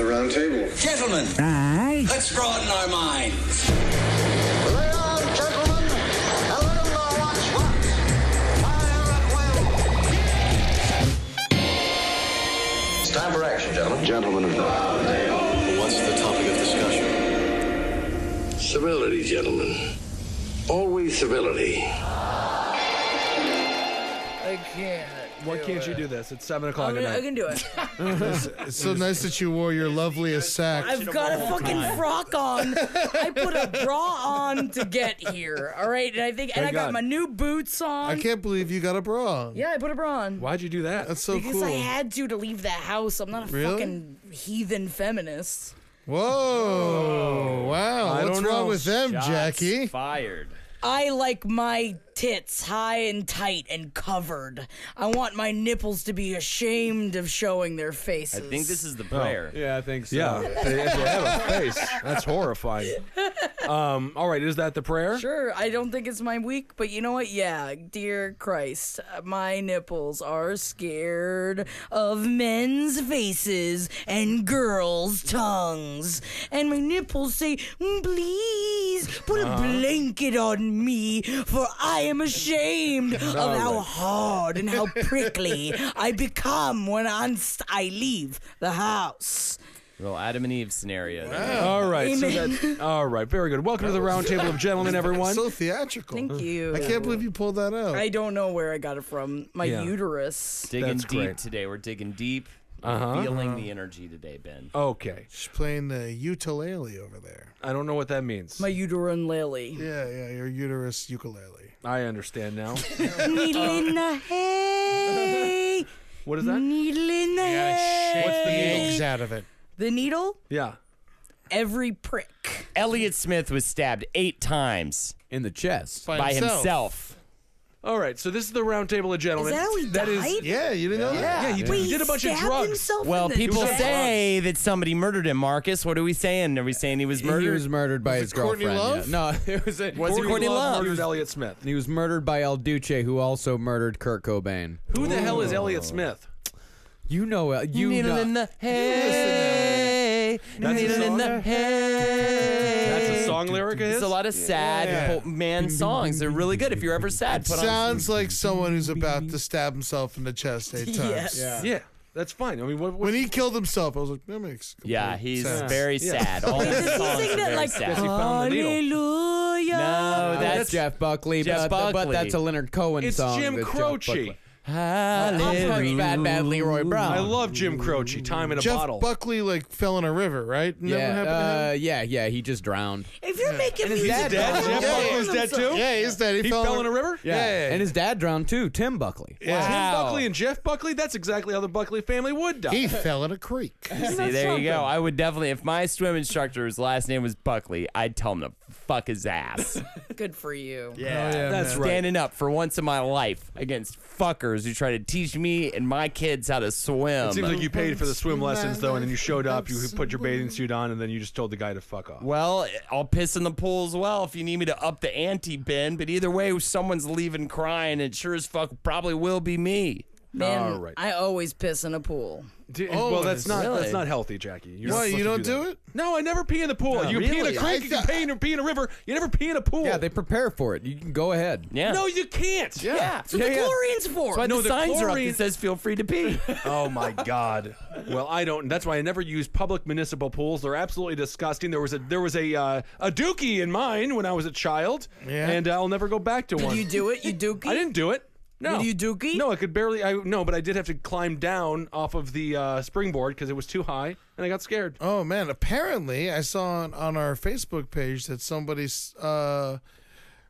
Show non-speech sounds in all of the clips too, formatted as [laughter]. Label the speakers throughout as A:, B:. A: round table.
B: Gentlemen,
C: Aye.
B: let's broaden our minds.
D: Lay on, gentlemen, and let 'em know what's what. Fire at will. It's time for action, gentlemen.
A: Gentlemen of
E: What's the topic of discussion?
F: Civility, gentlemen. Always civility.
G: I can't.
H: Why can't you do this? It's seven o'clock
I: I'm
H: at
I: gonna, I
H: night.
I: can do it.
J: It's so nice that you wore your loveliest sack.
I: I've got a fucking frock on. I put a bra on to get here. All right, and I think, and
H: Thank
I: I got
H: God.
I: my new boots on.
J: I can't believe you got a bra.
I: Yeah, I put a bra on.
H: Why'd you do that?
J: That's so
I: because
J: cool.
I: I had to to leave the house. I'm not a
J: Really?
I: fucking heathen feminist.
J: Whoa. Wow.
H: Oh. I
J: What's
H: don't
J: wrong
H: know.
J: with them,
K: Shots
J: Jackie?
K: Fired.
I: I like my tits high and tight and covered. I want my nipples to be ashamed of showing their
K: I
I: faces.
K: think this is
L: Oh.
K: the player.
H: Yeah, I think so. Yeah,
I: [laughs]
H: they actually have a face. That's horrifying. Um, all right, is that the prayer?
I: Sure, I don't think it's my week, but you know what? Yeah, dear Christ, my nipples are scared of men's faces and girls' tongues. And my nipples say, "Mm, please put a
J: Uh-huh.
I: blanket on me, for I am
J: [laughs]
I: ashamed of how hard and how prickly I become when I'm st- I leave the house.
K: Little Adam and Eve scenario. there.
H: All right, so that, all right, very good. Welcome to the round table of gentlemen, everyone.
J: So theatrical.
I: Thank you.
J: I can't believe you pulled that out.
I: I don't know where I got it from. My
H: Yeah.
I: uterus.
K: Digging
H: That's
K: deep
H: great.
K: today. We're digging deep.
H: Uh-huh.
K: Feeling the energy today, Ben.
H: Okay,
J: She's playing the ukulele over there.
H: I don't know what that means.
I: My uterine lily.
J: Yeah, yeah, your uterus ukulele.
H: I understand now.
I: Needle in the hay.
H: What is that?
I: Needle in the hay.
J: What's the eggs out of it?
I: The needle?
H: Yeah,
I: Every prick.
K: Elliot Smith was stabbed eight times
L: In the chest.
K: by, himself.
H: All right, so this is the round table of gentlemen.
I: Is that how he died?
J: Yeah, you didn't know that?
H: yeah, he,
I: Wait,
H: he did a bunch of
I: stabbed
H: drugs.
I: himself
K: Well,
I: in the
K: people
I: chest?
K: say that somebody murdered him, Marcus. What are we saying? Are we saying he was murdered?
L: He was murdered by his
J: Courtney
L: girlfriend.
J: Love?
L: yeah. No, it was [laughs] a,
K: Was it Courtney Love?
H: murdered Elliot Smith.
L: And he was murdered by El Duce, who also murdered Kurt Cobain.
H: Who the hell is Elliot Smith?
L: You know, El- you know.
K: the hay.
H: That's a song?
K: hay.
H: That's a song lyric of his?
K: It's a lot of sad
J: Yeah.
K: po- man songs. They're really good. If you're ever sad, put on.
J: Sounds like someone who's about to stab himself in the chest eight times.
I: [laughs] Yes.
H: Yeah, that's fine. I mean, what, what
J: When he killed himself, I was like, that makes complete
K: Yeah, he's
J: sense.
K: very
H: Yeah.
K: sad. All
I: Does
K: his
I: he
K: songs are
I: sing
K: very
I: that like
K: sad.
H: he found the needle.
I: Hallelujah?
K: No,
L: Uh,
K: that's
L: that's Jeff Buckley,
K: Jeff
L: but, but
K: Buckley.
L: that's a Leonard Cohen
H: It's
L: song.
H: Jim
L: that's Jeff
H: Croce.
L: Buckley. I'm from Bad Bad Leroy Brown.
H: I
K: Oh.
H: love Jim Croce. Time in a
J: Jeff
H: bottle.
J: Buckley like fell in a river, right? And that what
L: Yeah,
J: happened to him?
L: uh, yeah, yeah. He just drowned.
I: If you're making me
H: dad dead? Jeff
J: Yeah.
H: Buckley's dead too.
J: Yeah, he's dead. He,
H: He fell in a river.
L: Yeah. and his dad drowned too. Tim Buckley.
H: Tim
K: Wow.
H: Buckley and Jeff Buckley. That's exactly how the Buckley family would die.
J: He fell in a creek.
K: See, there you go. I would definitely, if my swim instructor's last name was Buckley, I'd tell him to fuck his [laughs] ass. Oh,
I: Good for you.
K: Yeah,
H: that's right.
K: Standing up for once in my life against fuckers who try to teach me and my kids how to swim.
H: It seems like you paid for the swim lessons though, and then you showed up, you put your bathing suit on, and then you just told the guy to fuck off.
K: well, I'll piss in the pool as well if you need me to up the ante, Ben. But either way, someone's leaving crying, and sure as fuck probably will be me.
I: Man,
H: All right.
I: I always piss in a pool.
H: D-
J: Oh,
H: well, that's not
K: really?
H: that's not healthy, Jackie. You're not
J: Why,
H: supposed
J: you
H: to
J: don't do
H: that.
J: it?
H: No, I never pee in the pool. you pee in a
J: really?
H: creek,
J: I
H: you can
J: thought-
H: pee in, a- pee in a river. You never pee in a pool.
L: Yeah, they prepare for it. You can go ahead.
K: Yeah.
H: No, you can't. Yeah.
I: So the chlorine's for.
K: That's why
H: No,
K: the
H: the
K: signs are up
H: chlorine-
K: that says "Feel free to pee."
H: Oh my God. Well, I don't. That's why I never use public municipal pools. They're absolutely disgusting. There was a there was a uh, a dookie in mine when I was a child,
J: Yeah.
H: and I'll never go back to one.
I: you do it, you dookie.
H: I didn't do it. No.
I: Did you dookie?
H: No, I could barely. I no, but I did have to climb down off of the uh, springboard because it was too high, and I got scared.
J: [laughs] Oh man! Apparently, I saw on, on our Facebook page that somebody uh,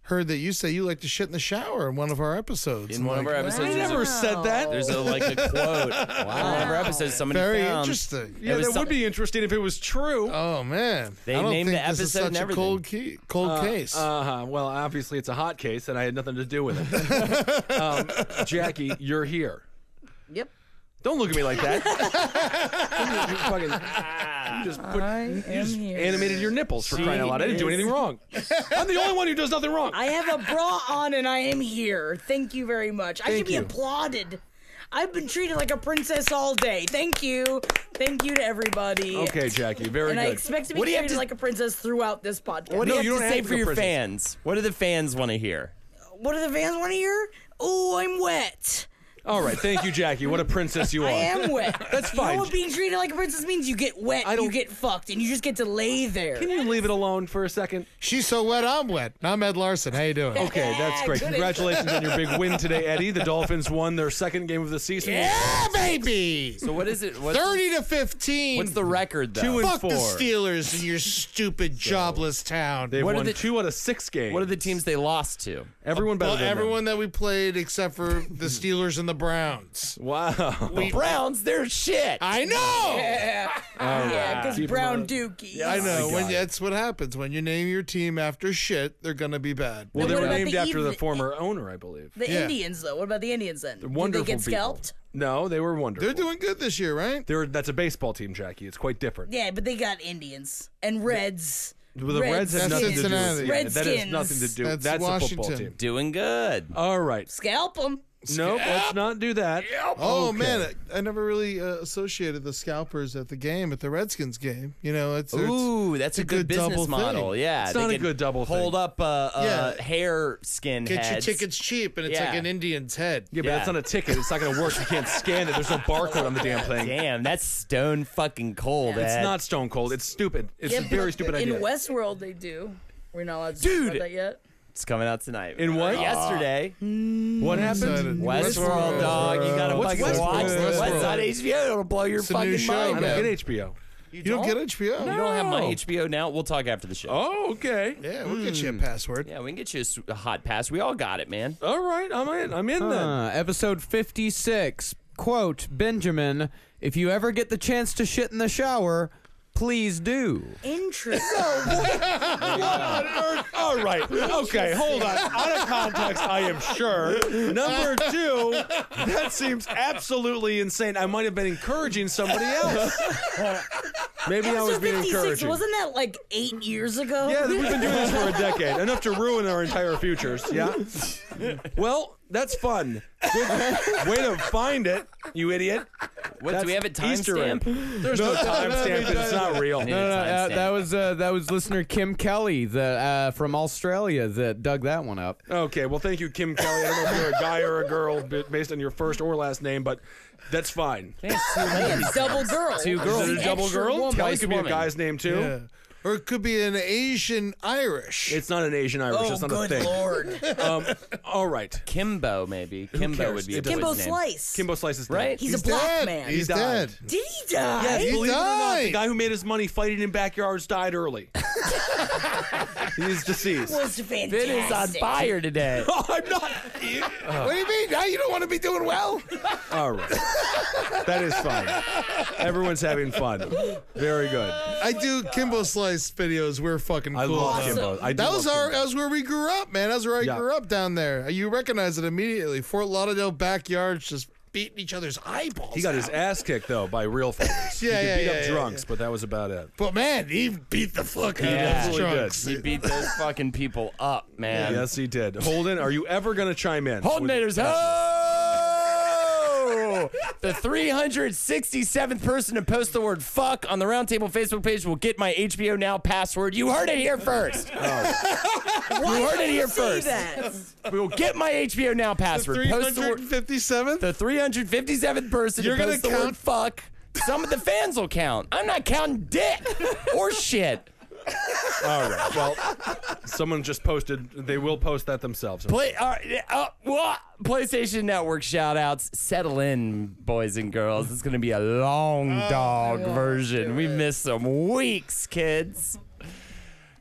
J: heard that you say you like to shit in the shower in one of our episodes.
K: In one of our
I: Oh,
K: episodes,
H: I
K: there's
H: never
K: a-
H: said that.
K: There's a like
L: [laughs]
K: a quote. Wow. Whatever episode somebody
J: Very
K: found.
J: interesting.
H: yeah,
K: it was
H: that
K: some-
H: would be interesting if it was true.
J: Oh man!
K: They
J: I don't
K: named
J: think
K: the
J: this is
K: episode and
J: such a
K: everything.
J: cold key, cold case.
H: Uh huh. Well, obviously it's a hot case, and I had nothing to do with
K: [laughs]
H: it. um, Jackie, you're here.
I: Yep.
H: Don't look at me like
I: [laughs]
H: that. you fucking- you just put-
I: I
H: you
I: am
H: just
I: here.
H: animated your nipples for crying out loud. I didn't do anything wrong. I'm the only one who does nothing wrong.
I: I have a bra on and I am here. Thank you very much. I should be
H: you.
I: applauded. I've been treated like a princess all day. Thank you. Thank you to everybody.
H: Okay, Jackie, very
I: and
H: good.
I: I expect to be
K: What do you have
I: treated
K: to-
I: like a princess throughout this podcast.
K: What do
H: No,
K: you
H: you
K: have to
H: don't
K: say
H: have to
K: for
H: go
K: your
H: prison.
K: fans? What do the fans want to hear?
I: What do the fans want to hear? Oh, I'm wet.
H: All right, thank you, Jackie. What a princess you
I: [laughs]
H: are.
I: I am wet.
H: That's
I: You
H: fine.
I: know what being treated like a princess means? You get wet,
H: I
I: you
H: don't-
I: get fucked, and you just get to lay there.
H: Can you leave it alone for a second?
J: She's so wet, I'm wet. I'm Ed Larson. How you doing?
H: Okay, that's great.
I: Good
H: Congratulations on your big win today, Eddie. The Dolphins won their second game of the season.
J: Yeah, baby.
K: [laughs] So what is it? What's,
J: Thirty to fifteen.
K: what's the record though?
H: Two and
J: Fuck
H: four.
J: the Steelers and your stupid jobless town.
H: They've
K: What are
H: won
K: the-
H: two out of six games.
K: what are the teams they lost to?
H: Everyone better
J: well,
H: than them.
J: everyone that we played except for
K: [laughs]
J: the Steelers and the Browns.
H: Wow.
K: The Browns, they're shit.
J: I know.
I: yeah, because
H: Keep 'em
I: brown
H: up.
I: dookie.
J: I know.
H: got
J: when,
H: it.
J: that's what happens when you name your team after shit. They're gonna be bad.
H: Well, they
I: what
H: were
I: about
H: named
I: the
H: after the
I: even-
H: former owner, I believe.
I: The
J: Yeah.
I: Indians, though. What about the Indians then?
H: Wonderful
I: Did they get
H: people.
I: scalped?
H: No, they were wonderful.
J: They're doing good this year, right?
H: They're- that's a baseball team, Jackie. It's quite different.
I: Yeah, but they got Indians and Reds.
H: Well, the Reds, have
J: That's
H: nothing to do
J: Cincinnati.
H: with it. That has
I: Redskins.
H: nothing to do.
J: That's
H: That's, a football
J: Washington.
H: team.
K: Doing good.
L: Oh,
H: All right.
I: Scalp them.
H: Nope, let's not do that.
J: Oh man, I, I never really uh, associated the scalpers at the game at the Redskins game. You know, it's, it's-
K: Ooh, that's a
J: it's a
K: good
J: good double
K: business model.
J: thing.
K: Yeah,
H: It's
K: they
H: not a
K: can
H: good double
K: Hold
H: thing.
K: up uh, uh,
J: Yeah.
K: hair skin
J: get
K: heads.
J: your tickets cheap, and it's
K: Yeah.
J: like an Indian's head.
H: Yeah, but
K: Yeah.
H: that's not a ticket. It's not going to work. You can't scan it. There's no barcode on the damn thing.
K: Damn, that's stone fucking cold.
H: It's
K: Ed.
H: not Stone Cold. It's stupid. It's a very stupid
I: in
H: idea.
I: Westworld, they do. We're not allowed to
K: Dude.
I: talk about that yet.
K: It's coming out tonight. Uh,
H: In what?
K: Yesterday.
J: Excited.
H: what happened?
K: Westworld, dog. You gotta
H: What's
K: fucking watch
H: Uh, Westworld?
K: this.
J: Westworld.
K: It's on HBO. It'll blow your
J: It's a
K: fucking
J: new show,
K: mind.
H: I
J: man.
H: don't get HBO.
J: You don't, get HBO.
K: You don't have my
H: No.
K: HBO now. We'll talk after the show.
H: Oh, okay.
J: Yeah, we'll get you
K: Hmm.
J: a password.
K: Yeah, we can get you a s- a hot pass. We all got it, man.
H: All right, I'm in. I'm in then.
L: Uh, episode 56. Quote Benjamin, if you ever get the chance to shit in the shower, please do.
I: Interesting.
H: All right. Okay, hold on. Out of context, I am sure. Number two, that seems absolutely insane. I might have been encouraging somebody else. Maybe I was
I: Episode
H: being
I: 56,
H: encouraging.
I: wasn't that like eight years ago?
H: yeah,
I: [laughs]
H: we've been doing this for a decade. Enough to ruin our entire futures. Yeah. Well, that's fun. Good way to find it, you idiot.
K: What
H: That's
K: do we have a
H: Easter
K: timestamp?
H: There's no timestamp. and It's [laughs] not real.
K: No, no, no,
L: Uh,
K: timestamp.
L: that was uh, that was listener Kim Kelly that uh, from Australia that dug that one up.
H: Okay, well, thank you, Kim Kelly. I don't know if you're a guy or a girl b- based on your first or last name, but that's fine.
I: It's double girl.
K: Two
I: She's
K: girls.
I: an
H: Is it a double
I: extra
H: girl?
I: woman.
H: Kelly
K: Twice
H: could be a
K: woman.
H: guy's name too.
J: Yeah. Or it could be an Asian Irish.
H: It's not an Asian Irish.
I: Oh,
H: that's not a
I: good
H: thing.
I: lord.
H: Um, all right,
K: Kimbo, maybe. Kimbo
H: cares?
K: would be
H: It
K: a
H: doesn't-
I: Kimbo
K: boy's name.
I: Slice.
H: Kimbo Slice is dead.
K: Right?
I: He's,
J: He's
I: a black
J: dead.
I: man.
J: He's
H: He died.
J: dead.
I: Did he die?
H: Yes,
J: He
H: believe it or not, the
J: died.
H: guy who made his money fighting in backyards
J: [laughs]
H: died early. He's deceased.
I: was fantastic.
K: It is on fire today.
H: [laughs] Oh, I'm not.
J: What do you mean? Now you don't want to be doing well?
H: All right, that is fine. Everyone's having fun. Very good.
I: Oh
J: I do Kimbo Slice videos. We're fucking cool.
H: I love
J: though.
H: Kimbo. I do
J: That was
H: love
J: our.
H: Kimbo.
J: That was where we grew up, man. That's where I
H: Yeah.
J: grew up down there. You recognize it immediately. Fort Lauderdale backyards, just beating each other's eyeballs.
H: He got his
J: out.
H: ass kicked though by
J: [laughs]
H: real fighters.
J: Yeah,
H: he could
J: yeah,
H: beat
J: yeah,
H: up
J: yeah,
H: drunks, but that was about it.
J: But man, he beat the fuck out
K: Yeah.
J: of those
H: Absolutely did.
J: drunks.
K: He beat those fucking people up, man.
H: Yes, he did. Holden, are you ever going to chime
J: [laughs]
H: in?
K: Holdenators, ho! The 367th person to post the word fuck on the Roundtable Facebook page will get my HBO Now password. [laughs] You heard it here first.
H: Oh.
K: You heard it here first.
I: That.
K: We will get my HBO Now password. Post the word.
J: 357th.
K: The 357th person
J: You're
K: to
J: gonna
K: post the word
J: count-
K: fuck. Some of the fans will count. I'm not counting dick or shit.
H: [laughs] All right. Well, someone just posted. They will post that themselves.
K: Play, uh, uh, what? PlayStation Network shout outs. Settle in, boys and girls. It's going to be a long
J: Oh,
K: dog version. We missed some weeks, kids.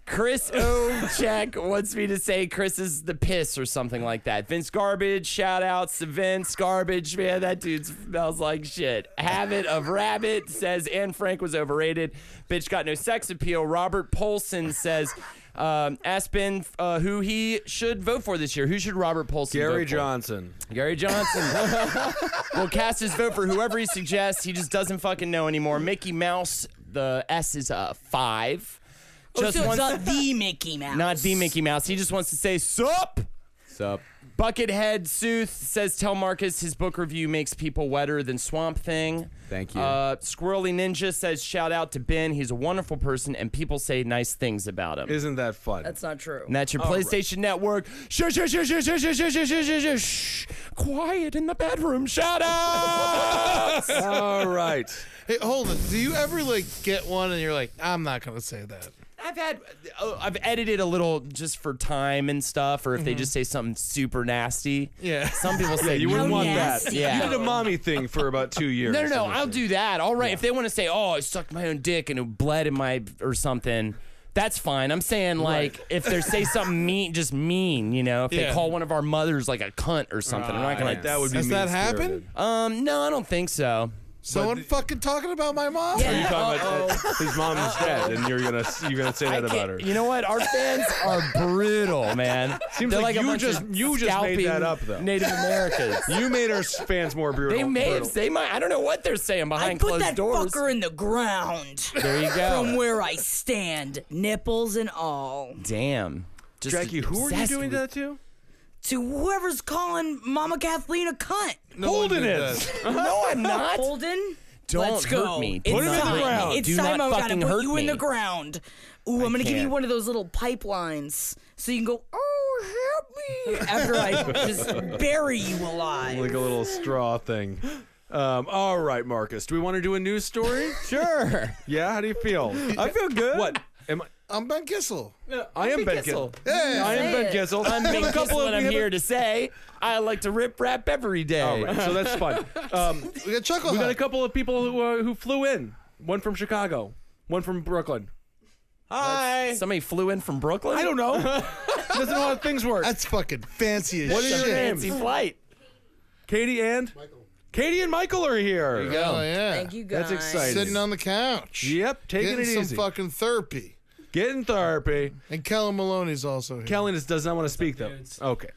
K: Chris Ochek wants me to say Chris is the piss or something like that. Vince Garbage, shout outs to Vince Garbage. Man, that dude smells like shit. Habit of Rabbit says Anne Frank was overrated. Bitch got no sex appeal. Robert Polson says um, Aspen uh, who he should vote for this year. Who should Robert Polson
H: Gary
K: vote for?
H: Johnson.
K: Gary Johnson [laughs] will cast his vote for whoever he suggests. He just doesn't fucking know anymore. Mickey Mouse, the S is a five.
I: Oh,
K: Just
I: so it's
K: wants-
I: not the Mickey Mouse.
K: not the Mickey Mouse. He just wants to say sup.
L: Sup?
K: Buckethead Sooth says, "Tell Marcus his book review makes people wetter than Swamp Thing."
L: Thank you.
K: Uh, Squirrely Ninja says, "Shout out to Ben. He's a wonderful person, and people say nice things about him."
H: Isn't that fun?
I: That's not true.
K: and that's your PlayStation Network. Shh, shh, shh, shh, shh, shh, shh, shh, shh, shh, shh. Quiet in the bedroom. Shout
H: [laughs]
K: out.
H: All right.
K: [laughs]
J: Hey, hold on. Do you ever like get one and you're like, I'm not gonna say that?
K: I've had, oh, I've edited a little just for time and stuff, or if they just say something super nasty.
J: Yeah.
K: Some
H: [laughs]
K: people say
H: Mm-hmm. You wouldn't
I: How
H: want that.
I: nasty.
K: Yeah.
H: You did a mommy thing for about two years.
K: No, no,
H: [laughs]
K: no. I'll do that. All right. If they want to say, "Oh, I sucked my own dick and it bled in my or something," that's fine. I'm saying like if they say
H: [laughs]
K: something mean, just mean. You know, if
J: Yeah.
K: they call one of our mothers like a cunt or something, I'm not gonna.
H: Like, that would be
J: Does that happen?
H: mean-spirited.
K: Um, no, I don't think so.
J: Someone fucking talking about my mom?
H: You're talking about his mom is dead, and you're gonna you're gonna say that
K: I
H: about
K: can't-
H: her.
K: You know what? Our fans are brutal, man.
H: [laughs] Seems
K: They're like,
H: like
K: a
H: you
K: bunch
H: just-
K: of
H: you just made
K: scalping
H: that up, though.
K: Native Americans.
H: [laughs] You made our fans more brutal.
K: They may
H: brutal.
K: have. They might. I don't know what they're saying
I: I
K: behind
I: put
K: closed
I: that
K: doors.
I: fucker in the ground
K: There you go.
I: from where I stand, nipples and all.
K: Damn. Just
H: Jackie, who are you
K: obsessed
H: doing
K: with-
H: that to?
I: To whoever's calling Mama Kathleen a cunt.
H: Holding it.
K: No,
H: [laughs]
K: I'm not.
I: Holden,
K: Don't
I: let's go.
K: hurt me.
I: It's
K: Put him in the
I: time.
K: ground.
I: It's
K: Do
I: time
K: not
I: I've gotta
K: fucking
I: put
K: hurt
I: you in
K: me.
I: the ground. Ooh, I'm gonna give you
K: can't.
I: one of those little pipelines so you can go. Oh, help me! After I just bury you
H: Like
I: alive.
H: a little straw thing. Um, all right, Marcus. Do we want to do a news story?
L: Sure.
H: yeah. How do you feel?
L: I feel good.
H: what? Am I?
J: I'm Ben Kissel.
H: I am Ben Kissel. I am Ben Kissel.
K: I'm
H: We have
K: being
H: a couple of
K: what
H: we
K: I'm
H: have a-
K: here to say. I like to rip rap every
H: [laughs] All
K: day.
H: right, so that's fun. Um,
J: We got Chuckle.
H: we got a
J: Hut.
H: couple of people who uh, who flew in. One from Chicago. One from Brooklyn.
L: Hi.
K: Somebody flew in from Brooklyn.
H: I don't know. Doesn't know how things work.
J: That's fucking fancy as
H: What
J: shit.
H: is your name?
K: Fancy flight.
H: Katie and Michael. Katie and Michael are here.
J: Oh yeah.
I: Thank you guys.
H: That's exciting.
J: Sitting on the couch.
H: Yep, taking
J: Getting
H: it
J: some
H: easy.
J: fucking therapy.
H: Getting therapy.
J: And Kellen Maloney's also here.
H: Kellen is, does not want to speak though. Okay.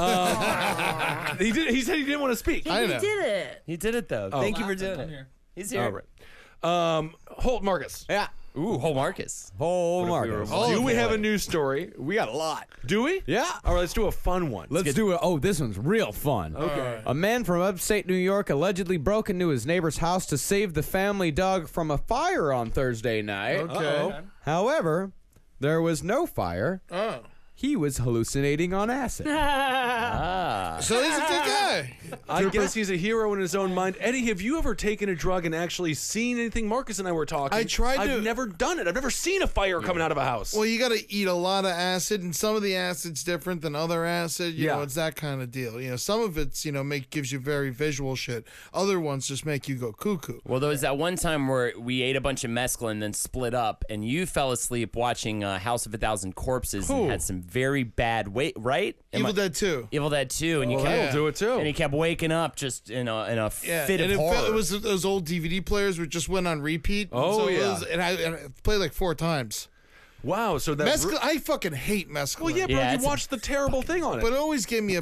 H: Uh, [laughs] he did. He said he didn't want to speak.
J: I know.
I: We did it.
K: He did it though. Thank you for doing it. He's here.
H: Oh, All right. Um, Holt Marcus.
L: Yeah.
K: Ooh, whole Marcus.
L: Oh, Marcus.
H: do we have a news story? We got a lot. Do we?
L: Yeah.
H: All right. Let's do a fun one.
L: Let's do it. Oh, this one's real fun. Okay. A man from upstate New York allegedly broke into his neighbor's house to save the family dog from a fire on Thursday night.
J: Okay.
L: However, there was no fire.
J: Oh.
L: He was hallucinating on acid.
J: So he's a good guy.
H: I guess he's a hero in his own mind. Eddie, have you ever taken a drug and actually seen anything? Marcus and I were talking.
J: I tried
H: I've
J: to-
H: never done it. I've never seen a fire coming out of a house.
J: Well, you got to eat a lot of acid, and some of the acid's different than other acid. You
H: Yeah.
J: know, it's that kind of deal. You know, some of it's you know make gives you very visual shit. Other ones just make you go cuckoo.
K: Well, there was that one time where we ate a bunch of mescaline, then split up, and you fell asleep watching uh, House of a Thousand Corpses
H: Who?
K: and had some very bad weight. Right? Am
J: Evil
K: I-
J: Dead Two.
K: Evil Dead Two, and you
H: that'll
K: kept
H: do it, too.
K: and he kept waking up just in a in a
J: Yeah,
K: fit
J: and
K: of
J: it,
K: horror.
J: felt- it was those old DVD players which just went on repeat.
H: Oh,
J: it
H: yeah.
J: was- and I and I played like four times.
H: wow. So that.
J: Mescal, I fucking hate mescaline.
H: well, yeah, bro.
K: Yeah,
H: you
K: it's a
H: watched the terrible thing on it.
J: but it always gave me a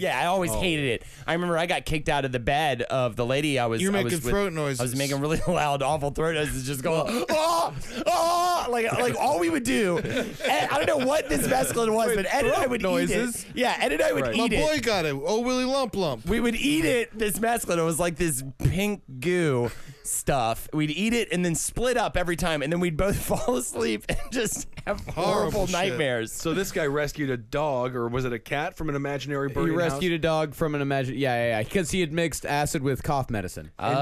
K: [laughs] Yeah, I
J: Oh.
K: always hated it. I remember I got kicked out of the bed of the lady I was.
J: You're
K: I
J: making
K: was with-
J: throat noises.
K: I was making really [laughs] loud, awful throat noises, just going oh, oh, like like all we would do. Ed, I don't know what this mescaline was, but Ed and I would
L: noises?
K: eat it. Yeah, Ed and I would
H: Right.
K: eat
J: my
K: it.
J: boy got it. Oh, Willy Lump Lump.
K: We would eat it, this mescaline. It was like this pink goo stuff. We'd eat it and then split up every time, and then we'd both [laughs] fall asleep and just have horrible,
J: Horrible shit.
K: nightmares.
H: So this guy rescued a dog, or was it a cat from an imaginary
L: He
H: bird?
L: rescued a dog from an imagine. Yeah, yeah, yeah. Because he had mixed acid with cough medicine.
J: Oh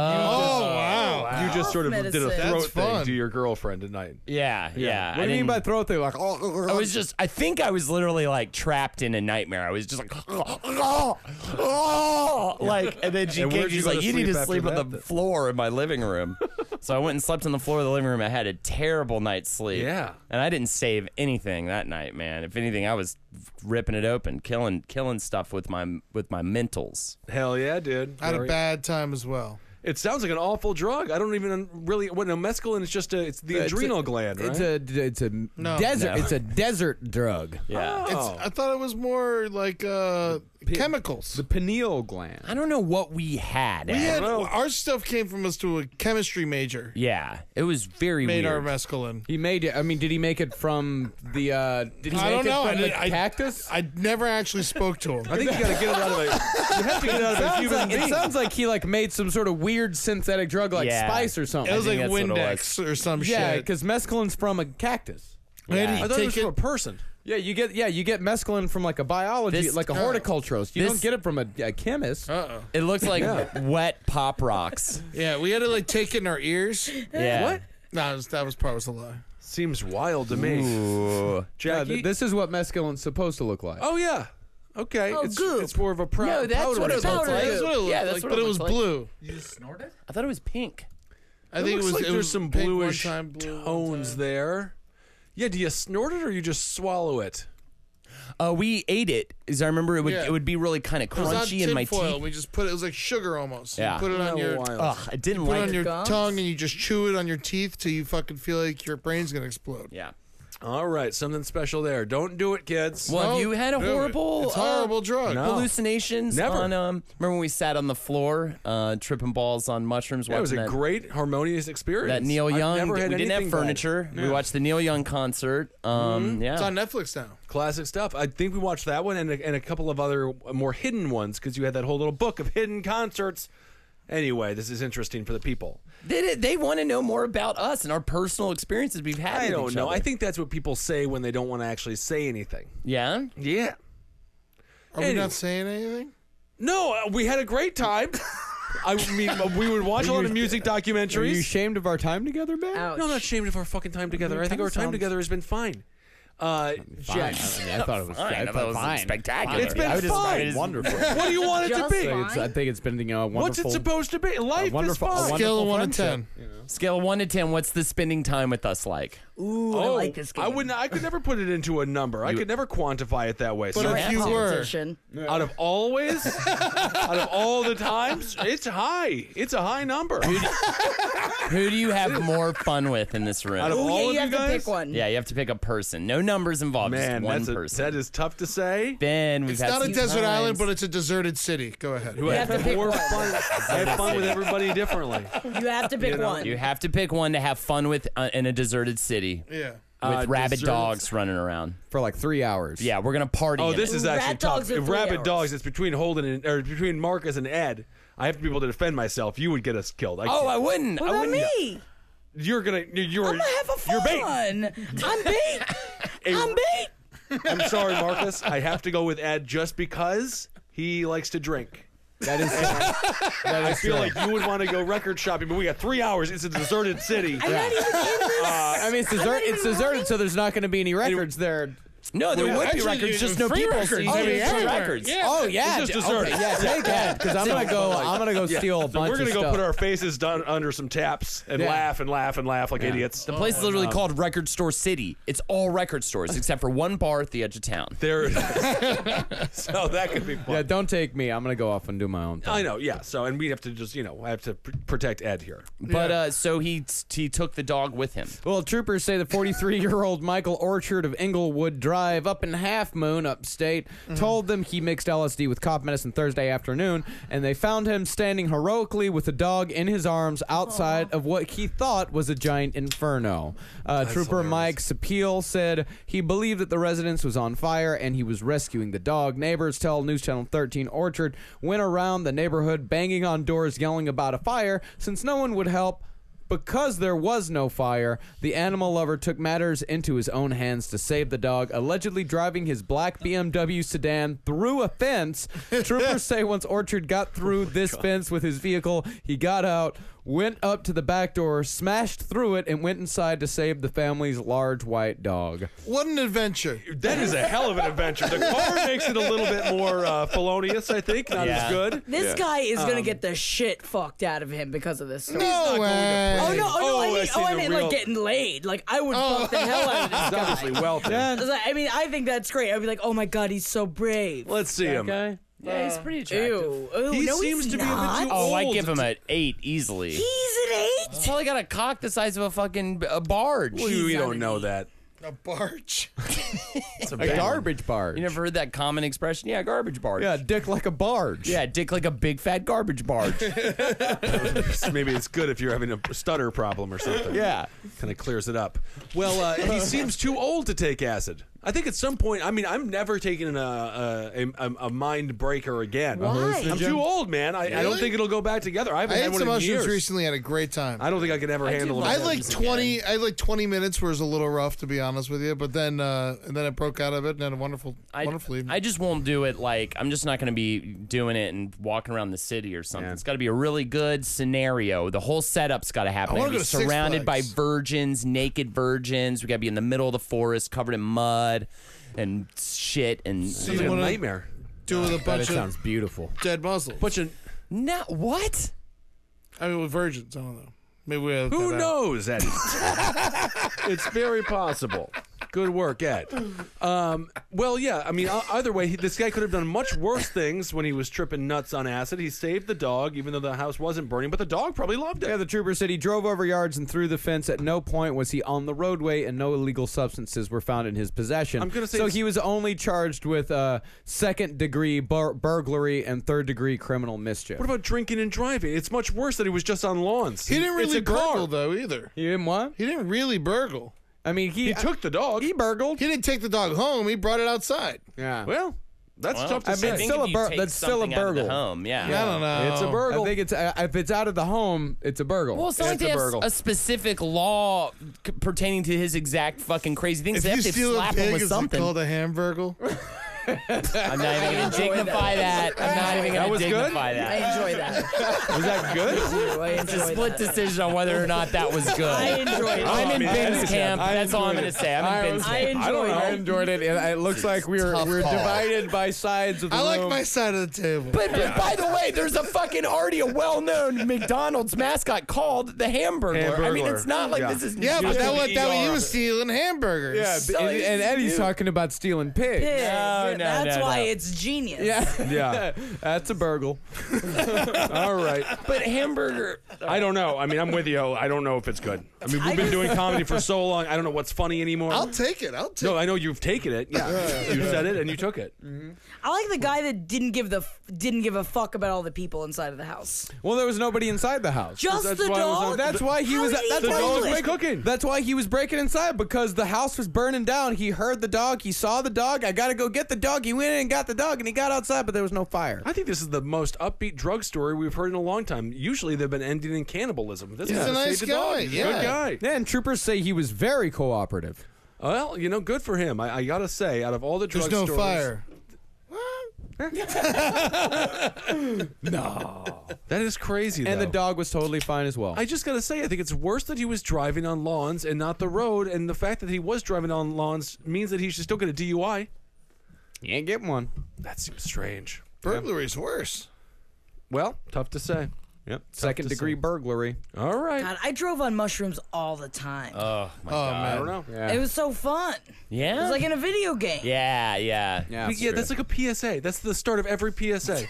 J: wow.
H: You just sort of did a
I: Medicine.
H: throat
J: That's
H: thing
J: fun.
H: to your girlfriend tonight.
K: yeah, yeah. I
L: what do you mean
K: didn't-
L: by throat thing? Like, oh, oh,
K: I
L: oh.
K: was just, I think I was literally like trapped in a nightmare. I was just like, [laughs]
H: [laughs]
K: like, and then she
H: And
K: came,
H: where'd you
K: she's
H: go to
K: like, you need
H: sleep
K: to
H: after
K: sleep on the
H: that, then?"
K: floor in my living room. [laughs] so I went and slept on the floor of the living room. I had a terrible night's sleep.
H: Yeah.
K: And I didn't save anything that night, man. If anything, I was ripping it open, killing, killing stuff with my, with my mentals.
H: Hell yeah, dude.
J: I had a
H: Very-
J: bad time as well.
H: It sounds like an awful drug. I don't even really. What no mescaline is just a. It's the
L: It's a-
H: adrenal gland, right?
L: It's a it's a desert.
K: No.
L: It's a desert drug.
K: Yeah.
H: Oh.
J: It's, I thought it was more like uh, chemicals.
L: The pineal gland.
K: I don't know what we had.
J: we
K: Ed.
J: had our stuff came from us to a chemistry major.
K: yeah, it was very
J: Made our
K: weird.
J: mescaline.
L: He made it. I mean, did he make it from the? uh Did he
J: I
L: make
J: don't know.
L: it
J: I,
L: from
J: did-
L: the
J: I-
L: cactus?
J: I never actually spoke to him.
H: I think you got to get it out of [laughs] a. You have to get it out of a
L: Sounds
H: human
L: like-
H: being.
L: it sounds like he like made some sort of weird synthetic drug like
K: Yeah.
L: spice or
J: It
L: something.
J: was like
K: think that's what it
J: Windex or some
L: yeah,
J: shit.
L: because mescaline's from a cactus.
J: Where
H: I
J: did
H: thought
J: he
H: it was
J: take
H: from a
J: it?
H: person.
L: Yeah, you get yeah you get mescaline from like a biology
K: This-
L: like a
K: uh,
L: horticulturist. You
K: this-
L: don't get it from a, a chemist.
H: Uh,
K: it looks like wet pop rocks.
H: [laughs]
J: Yeah, we had to like take it in our ears.
K: Yeah. What?
J: No, that was, that was probably was a lie.
H: Seems wild to me.
L: Yeah,
H: Jackie.
L: th- this is what mescaline's supposed to look like.
H: oh yeah. Okay.
I: Oh,
H: it's,
I: goop.
H: it's more of a proud.
K: No, Oh, that's what it
I: powder
K: looks like.
I: goop.
J: That's what it looked
K: yeah, that's
J: like,
K: what
J: but
K: it
J: it was
K: looks like.
J: blue.
K: I thought it was pink.
J: I think it
H: looks
J: was.
H: like
J: it
H: there's
J: was
H: some
J: pink one
H: bluish
J: time, blue one
H: tones
J: time.
H: there. Yeah, do you snort it or you just swallow it?
K: Uh, we ate it. Is I remember it would
J: Yeah.
K: it would be really kind of
J: It was on
K: crunchy in my
J: tinfoil,
K: teeth.
J: We just put it. It was like sugar almost.
K: Yeah.
J: You put it on your.
K: Ugh, I didn't
J: Put it
K: like
J: on
K: it.
J: your
I: gums?
J: tongue and you just chew it on your teeth till you fucking feel like your brain's gonna explode.
K: yeah.
H: All right, something special there. Don't do it, kids.
K: Well, have
J: Oh, No,
K: you had a
J: do it.
K: horrible,
J: It's
K: uh,
J: horrible drug.
H: No.
K: Hallucinations
H: Never.
K: on um remember when we sat on the floor uh tripping balls on mushrooms
H: That
K: watching
H: was a
K: that,
H: great harmonious experience.
K: that Neil
H: I've
K: Young
H: never had
K: we didn't have
H: anything bad.
K: furniture. We watched the Neil Young concert. Um yeah.
J: Mm-hmm. It's on Netflix now.
H: Classic stuff. I think we watched that one and a, and a couple of other more hidden ones because you had that whole little book of hidden concerts. Anyway, this is interesting for the people.
K: they they want to know more about us and our personal experiences we've had.
H: I
K: with
H: don't
K: each
H: know.
K: other.
H: I think that's what people say when they don't want to actually say anything.
K: yeah.
H: Yeah.
J: Are we
H: Anyway.
J: not saying anything?
H: No, uh, we had a great time. I mean, uh, we would
K: [laughs]
H: watch a lot of music
L: Are you
H: documentaries.
L: ashamed of our time together, Ben?
I: Ouch.
H: no, I'm not ashamed of our fucking time together. I think
L: kinda
H: our time
L: sounds-
H: together has been fine. Uh, Jack, [laughs]
L: I thought it was,
K: I thought it was spectacular.
H: It's been
L: I would describe
H: fine.
L: it as
H: [laughs]
L: wonderful.
H: what do you want it to
I: Just
H: be?
I: fine.
L: It's- uh, I think it's been you know, a wonderful.
H: What's it supposed to be? Life is
L: wonderful- a
H: fine.
L: wonderful
J: Scale of one to ten.
L: friendship.
K: Scale of one to ten, what's the spending time with us like?
I: Ooh,
K: Oh,
I: I like this game.
H: Oh, I wouldn't. I could never put it into a number. I could never quantify it that way.
J: But
H: so
J: if you were,
I: Competition.
H: out of always, out of all the times, it's high. It's a high number. out
K: Who do you have more fun with in this room?
H: of
I: Ooh,
H: all
I: oh, yeah,
H: of
I: you have to
H: guys,
I: pick one.
K: yeah, you have to pick a person. No numbers involved.
H: Man,
K: just one
H: that's a,
K: person.
H: that is tough to say.
K: Ben, we've
J: it's
K: had
J: not a
K: some
J: desert
K: times.
J: island, but it's a deserted city. Go ahead.
H: Who had
I: have to pick
H: more
I: one.
H: fun? I had fun with everybody
I: [laughs]
H: differently.
I: You have
K: [laughs]
I: to pick one.
K: you have to pick one to have fun with uh, in a deserted city with
J: Yeah.
H: Uh,
K: rabid
H: deserted-
K: dogs running around.
L: for like three hours?
K: Yeah, we're gonna party.
H: Oh,
K: in
H: this
K: it.
H: is actually
I: Rat dogs
H: tough.
I: are
H: If
I: three
H: rabid
I: hours.
H: dogs, it's between Holden and or between Marcus and Ed. I have to be able to defend myself. You would get us killed. I
K: Oh,
H: can't.
K: I wouldn't.
I: What
K: I
I: about
K: wouldn't.
I: me?
H: you're gonna. You're.
I: I'm gonna have a
H: You're
I: fun
H: bait.
I: one. I'm bait. I'm bait.
H: I'm sorry, Marcus. I have to go with Ed just because he likes to drink.
L: that
H: [laughs]
L: is.
H: I feel like you would want to go record shopping, but we got three hours. It's a deserted city.
I: I'm not even in this.
L: I mean, it's
I: not
L: desert.
I: even
L: It's deserted,
I: running.
L: so there's not going to be any records there.
K: No, there
J: Yeah,
K: would be
J: actually,
K: records,
J: you-
K: just no
J: free
K: people.
J: records.
K: seeing
J: Oh,
K: it.
J: yeah,
K: Just
J: yeah.
K: records.
J: Yeah.
L: Oh yeah,
H: It's just
L: d-
H: deserted.
L: Okay, yeah, take that
H: [laughs]
L: because I'm gonna go. I'm gonna go steal a
H: So
L: bunch.
H: we're gonna
L: of
H: go
L: stuff.
H: put our faces done under some taps and
L: Yeah.
H: laugh and laugh and laugh like idiots.
K: The place is literally
H: Oh,
K: called Record Store City. It's all record stores except for one bar at the edge of
H: [laughs]
K: town.
H: There.
J: [laughs]
H: so that could be fun.
L: Yeah, don't take me. I'm gonna go off and do my own thing.
H: I know. Yeah. So and we have to just you know I have to pr- protect Ed here.
K: But uh, so he he took the dog with him.
L: Well, troopers say the 43 year old Michael Orchard of Inglewood Drive up in Half Moon, upstate, told them he mixed LSD with cop medicine Thursday afternoon, and they found him standing heroically with a dog in his arms outside of what he thought was a giant inferno. Uh, Trooper Mike Sapil said he believed that the residence was on fire and he was rescuing the dog. Neighbors tell News Channel 13 Orchard went around the neighborhood banging on doors yelling about a fire since no one would help. Because there was no fire, the animal lover took matters into his own hands to save the dog, allegedly driving his black BMW sedan through
K: [laughs]
L: a fence. Troopers say once Orchard got
K: Oh,
L: through this fence with his vehicle, he got out, went up to the back door, smashed through it, and went inside to save the family's large white dog.
J: What an adventure.
H: That is a hell of an adventure. The car makes it a little bit more uh, felonious, I think. Not
K: Yeah.
H: as good.
I: This guy is gonna get the shit fucked out of him because of this story.
J: No way.
I: Oh no! Oh, no, I
H: Oh, I
I: mean,
H: see
I: oh, I
H: the
I: mean
H: real-
I: like getting laid. Like I would fuck the hell out of this
L: [laughs]
K: [laughs]
H: He's
I: guy.
H: obviously wealthy.
I: It's like, I mean, I think that's great. I'd be like, oh my god, he's so brave.
H: Let's see him.
L: Okay.
K: Yeah, he's pretty
I: Ew. Ew.
H: He
I: no,
H: seems
I: he's
H: to be a bit
I: not.
H: too
K: Oh, I
H: old.
K: give him an eight easily.
I: He's an eight.
K: He's probably got a cock the size of a fucking b- a barge.
H: We, we don't know that. [laughs]
J: A barge.
K: It's
L: A
K: big one.
L: garbage barge.
K: You never heard that common expression? Yeah, garbage barge.
L: yeah, dick like a barge.
K: Yeah, dick like a big fat garbage barge.
H: Maybe [laughs] it's good if you're having a stutter problem or something.
L: Yeah.
H: kind of clears it up. Well, uh, he seems too old to take acid. I think at some point, I mean, I'm never taking a a, a, a mind breaker again.
I: Why?
H: I'm too old, man. I, I don't
J: Really?
H: think it'll go back together. I haven't
J: I
H: had
J: ate
H: one
J: some
H: in
J: mushrooms
H: years.
J: recently. Had a great time.
H: I don't think I could ever handle
K: do
H: it.
J: I
K: like-
J: had like
K: Mushrooms
J: twenty. I had like twenty minutes was a little rough to be honest with you, but then uh, and then I broke out of it and had a wonderful,
K: I,
J: wonderful evening.
K: I just won't do it like I'm just not going to be doing it and walking around the city or something.
H: Yeah.
K: It's got to be a really good scenario. The whole setup's got to happen.
J: I wanna
K: gotta be
J: go to Six
K: surrounded by
J: Flags.
K: virgins, naked virgins. We got to be in the middle of the forest, covered in mud and shit and
H: It's a
J: Someone-
H: nightmare.
J: do it with a
L: But it
J: bunch of
L: sounds beautiful.
J: dead muzzles.
H: Bunch of
K: no what?
J: I mean, with virgins. I don't know. Maybe we have
H: Who knows, Eddie? [laughs] it's very possible. Good work, Ed. Um, well, yeah. I mean, e- either way, he, this guy could have done much worse things when he was tripping nuts on acid. He saved the dog, even though the house wasn't burning, but the dog probably loved
L: Yeah,
H: it.
L: the trooper said he drove over yards and through the fence. At no point was he on the roadway, and no illegal substances were found in his possession.
H: I'm gonna say
L: so
H: it's-
L: he was only charged with uh, second degree bur- burglary and third degree criminal mischief.
H: What about drinking and driving? It's much worse that he was just on lawns.
J: He didn't
H: It's
J: really
H: a car. [laughs]
J: burgle though either.
L: you didn't what?
J: He didn't really burgle.
L: I mean, he,
H: He took the dog.
L: he burgled.
J: He didn't take the dog home. He brought it outside.
L: yeah.
H: well, that's tough to
K: I
L: mean,
H: say.
K: think
L: still
K: if
L: a
K: you
L: bur-
K: take
L: that's still a
K: something out of the
L: burgle.
K: home. Yeah.
J: I don't know.
H: it's a burgle.
L: I think it's uh, if it's out of the home, it's a burgle.
K: Well, it's not like
H: It's a
K: they have
H: burgle.
K: a specific law c- pertaining to his exact fucking crazy things.
J: If
K: they
J: you
K: have to
J: steal a
K: slap him
J: pig,
K: with
J: is it
K: something.
J: called a hamburgle?
K: I'm not even going to dignify that. I'm not even going to
L: was good?
K: dignify that.
I: I
K: [laughs]
I: enjoy that.
L: was that
I: [laughs]
L: good?
I: I
K: It's a
I: enjoy
K: split
I: that.
K: decision on whether or not that was good.
I: I enjoyed it.
K: I'm in
H: I mean,
K: Ben's
H: Eddie's
K: camp.
L: I
K: That's all I'm
L: enjoyed
K: going to
L: it.
K: say.
L: I
K: I'm in Ben's
L: was-
I: I
K: camp.
I: enjoyed
L: I
I: it.
L: enjoyed it. and It looks like we were
K: tough
L: we are
K: call.
L: divided by sides of
J: [laughs]
L: the
J: I like
L: room.
J: my side of the table.
K: But, but by the way, there's a fucking already a well-known McDonald's mascot called the Hamburglar. I mean,
H: Hamburglar.
K: it's not like
H: Yeah.
K: this is
J: [laughs] yeah,
K: new
J: but
K: to
J: that
K: the
J: was that was-
K: ER.
J: he was stealing hamburgers.
L: yeah,
K: So
L: and,
K: easy
L: and
K: to
L: Eddie's
K: do.
L: talking about stealing pigs.
I: Pigs.
K: No, no,
I: That's
K: no,
I: why
K: no.
I: it's genius.
L: Yeah,
H: Yeah.
L: [laughs] that's a burgle. All right.
K: But Hamburger,
H: I don't know. I mean, I'm with you. I don't know if it's good. I mean, we've been doing comedy for so long. I don't know what's funny anymore.
J: I'll take it. I'll take.
H: no,
J: it.
H: I know you've taken it. Yeah, you said it and you took it.
I: I like the guy that didn't give the f- didn't give a fuck about all the people inside of the house.
L: Well, there was nobody inside the house.
I: Just
H: that's
I: the
H: why I was on-
I: dog.
L: That's why he
I: How
L: was.
I: did he
L: That's
I: do
L: why he
I: it?
L: was breaking,
H: cooking.
L: That's why he was breaking inside because the house was burning down. He heard the dog. He saw the dog. I gotta go get the dog. He went in and got the dog, and he got outside, but there was no fire.
H: I think this is the most upbeat drug story we've heard in a long time. Usually they've been ending in cannibalism. This
J: He's
H: is
J: a nice
H: saved the dog.
J: guy,
H: He's a
J: yeah.
H: good guy.
L: Yeah, and troopers say he was very cooperative.
H: Well, you know, good for him. I, I gotta say, out of all the drug
J: There's no
H: stories,
J: fire.
H: that is crazy.
L: And
H: though.
L: the dog was totally fine as well.
H: I just gotta say, I think it's worse that he was driving on lawns and not the road. And the fact that he was driving on lawns means that he should still get a DUI.
L: you ain't getting one.
H: That seems strange.
J: Burglary's worse.
H: Well, tough to say.
L: Yep. Second degree burglary.
H: All right.
I: God, I drove on mushrooms all the time.
J: Oh man.
H: I don't know.
I: it was so fun. It
K: yeah,
I: was like in a video game.
K: yeah, yeah,
L: Yeah,
H: yeah, that's like a PSA. That's the start of every
J: [laughs]
H: PSA.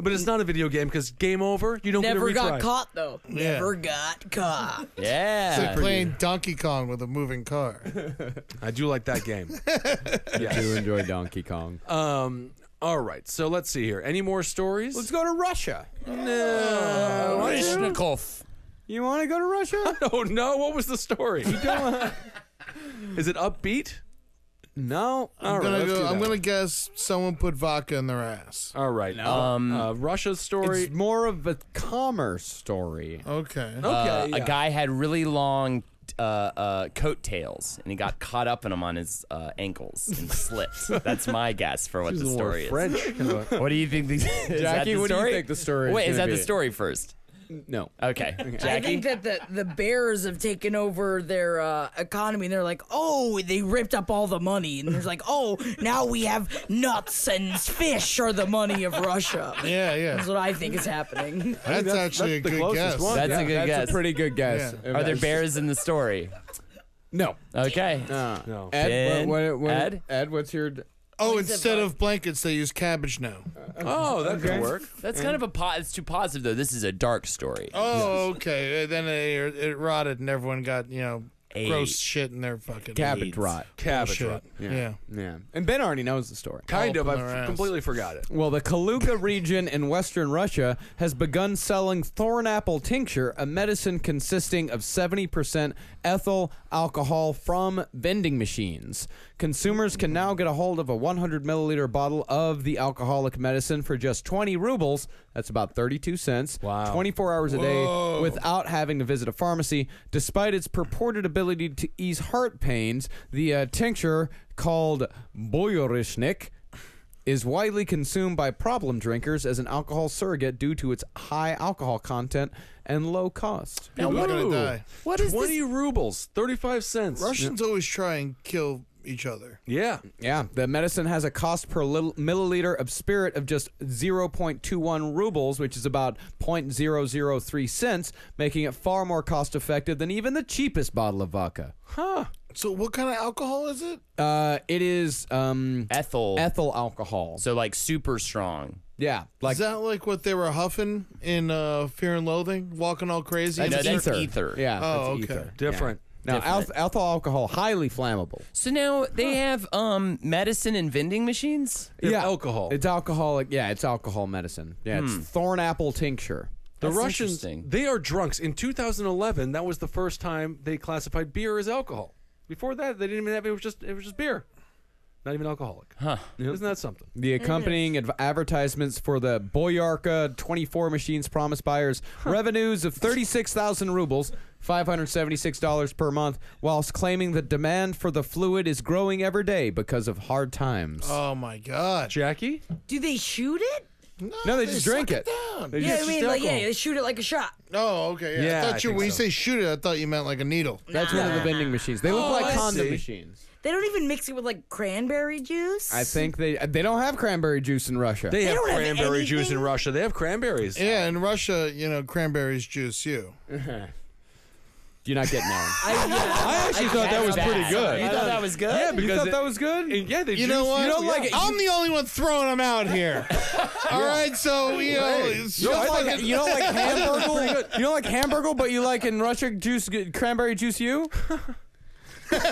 H: but it's not a video game because game over. You don't
I: Never
H: get a retry.
I: got caught though. Never got caught.
K: yeah.
J: It's like playing Donkey Kong with a moving car.
H: I do like that game.
L: do enjoy Donkey Kong.
H: Um. All right. So let's see here. Any more stories?
L: Let's go to Russia.
K: Kalashnikov.
L: You want to go to Russia?
H: Oh [laughs] no! What was the story? [laughs] Is it upbeat?
L: no.
H: All
J: I'm
H: right.
J: gonna
H: let's do
J: go, I'm
H: that.
J: gonna guess someone put vodka in their ass.
H: All right. Um. Uh, Russia's story.
L: It's more of a commerce story.
J: Okay.
H: okay.
K: Uh,
H: yeah.
K: A guy had really long uh, uh, coattails, and he got caught up in them on his uh, ankles and slipped. That's my guess for what the story is.
H: [laughs] French.
K: What do you think? The, [laughs] is that
L: Jackie,
K: the
L: what do you
K: story?
L: think the story is
K: Wait, is
L: gonna
K: that the
L: be?
K: story first?
L: No.
K: Okay,
I: I
K: Jackie.
I: think that the, the bears have taken over their uh, economy. They're like, oh, they ripped up all the money. And there's like, oh, now we have nuts and fish are the money of
K: [laughs]
I: Russia.
J: Yeah, yeah.
I: That's what I think is happening.
J: That's, actually
H: that's
J: a good
H: the closest
J: guess.
H: one.
K: That's
H: Yeah,
K: a good
L: That's
K: guess.
L: a pretty good guess.
J: Yeah.
H: [laughs]
K: Are there bears in the story?
L: No.
K: Okay.
L: Uh,
H: No.
L: Ed,
K: Ben,
L: what, what, what,
K: Ed?
L: Ed, what's your?
J: Oh, instead of blankets, they use cabbage now.
H: oh, that could work.
K: That's kind of a po- it's too positive though. This is a dark story.
J: Oh, okay. Uh, Then it, it rotted, and everyone got you know
K: ate
J: gross shit in their fucking
K: AIDS.
L: cabbage rot.
H: Cabbage
J: shit.
H: rot.
J: Yeah.
L: Yeah, and Ben already knows the story.
H: Kind of.
J: up in their
H: I
J: ass.
H: completely forgot it.
L: Well, the Kaluga region in western Russia has begun selling thornapple tincture, a medicine consisting of 70% ethyl alcohol from vending machines. Consumers can now get a hold of a 100 milliliter bottle of the alcoholic medicine for just 20 rubles. That's about 32 cents.
K: Wow.
L: 24 hours a day without having to visit a pharmacy. Despite its purported ability to ease heart pains, the uh, tincture called Boyorishnik is widely consumed by problem drinkers as an alcohol surrogate due to its high alcohol content and low cost.
J: People are gonna die.
K: What is this?
H: 20 rubles, 35 cents.
J: Russians always try and kill each other.
H: Yeah.
L: Yeah, the medicine has a cost per lil- milliliter of spirit of just 0.21 rubles, which is about 0.003 cents, making it far more cost effective than even the cheapest bottle of vodka.
J: So what kind of alcohol is it?
L: Uh, it is um,
K: Ethyl.
L: ethyl alcohol.
K: So like super strong.
L: yeah, like
J: Is that like what they were huffing in uh, Fear and Loathing, walking all crazy?
K: No,
J: It's
K: that's
J: like-
K: ether.
L: yeah,
J: Oh,
L: that's
J: okay.
L: ether.
H: Different.
L: Now,
K: Different.
L: alth- ethyl alcohol highly flammable.
K: So now they have um medicine and vending machines.
L: yeah,
H: alcohol.
L: It's alcoholic. Yeah, it's alcohol medicine. Yeah, it's thorn apple tincture.
H: The
K: That's
H: Russians,
K: interesting.
H: they are drunks. In 2011, that was the first time they classified beer as alcohol. Before that, they didn't even have it. Was just it was just beer, not even alcoholic. Huh? Isn't that something?
L: The accompanying adv- advertisements for the Boyarka 24 machines promise buyers revenues of 36,000 rubles, $576 per month, whilst claiming that demand for the fluid is growing every day because of hard times.
J: Oh my god!
H: Jackie,
I: Do they shoot it?
L: no, they,
J: they
L: just drink
J: suck
L: it.
J: it down.
L: They
I: Yeah,
L: just-
I: I mean, like, yeah, they shoot it like a shot.
J: Oh, okay. Yeah.
H: Yeah,
J: I
H: I
J: thought you
H: think
J: when you
H: so.
J: say shoot it, I thought you meant like a needle.
L: that's one of the vending machines. They look
H: Oh,
L: like
H: I
L: condom
H: see.
L: machines.
I: They don't even mix it with like cranberry juice.
L: I think they they don't have cranberry juice in Russia.
H: they, have
I: don't have
H: cranberry juice in
I: anything.
H: Russia. They have [laughs] cranberries.
J: Yeah, in Russia, you know, cranberries juice you.
L: You're
K: [laughs]
L: not getting that.
I: I,
M: I actually thought that was pretty good.
K: You thought that was good?
M: yeah, because
L: you thought
M: it-
L: that was good?
H: And yeah, they
J: You know what?
H: You don't like it.
J: I'm the only one throwing them out [laughs] here. All right, so you know, it's
L: You don't,
J: just
L: like,
J: fucking-
L: you don't like hamburger. you don't like hamburger, but you like in Russia juice, cranberry juice. You?
I: slight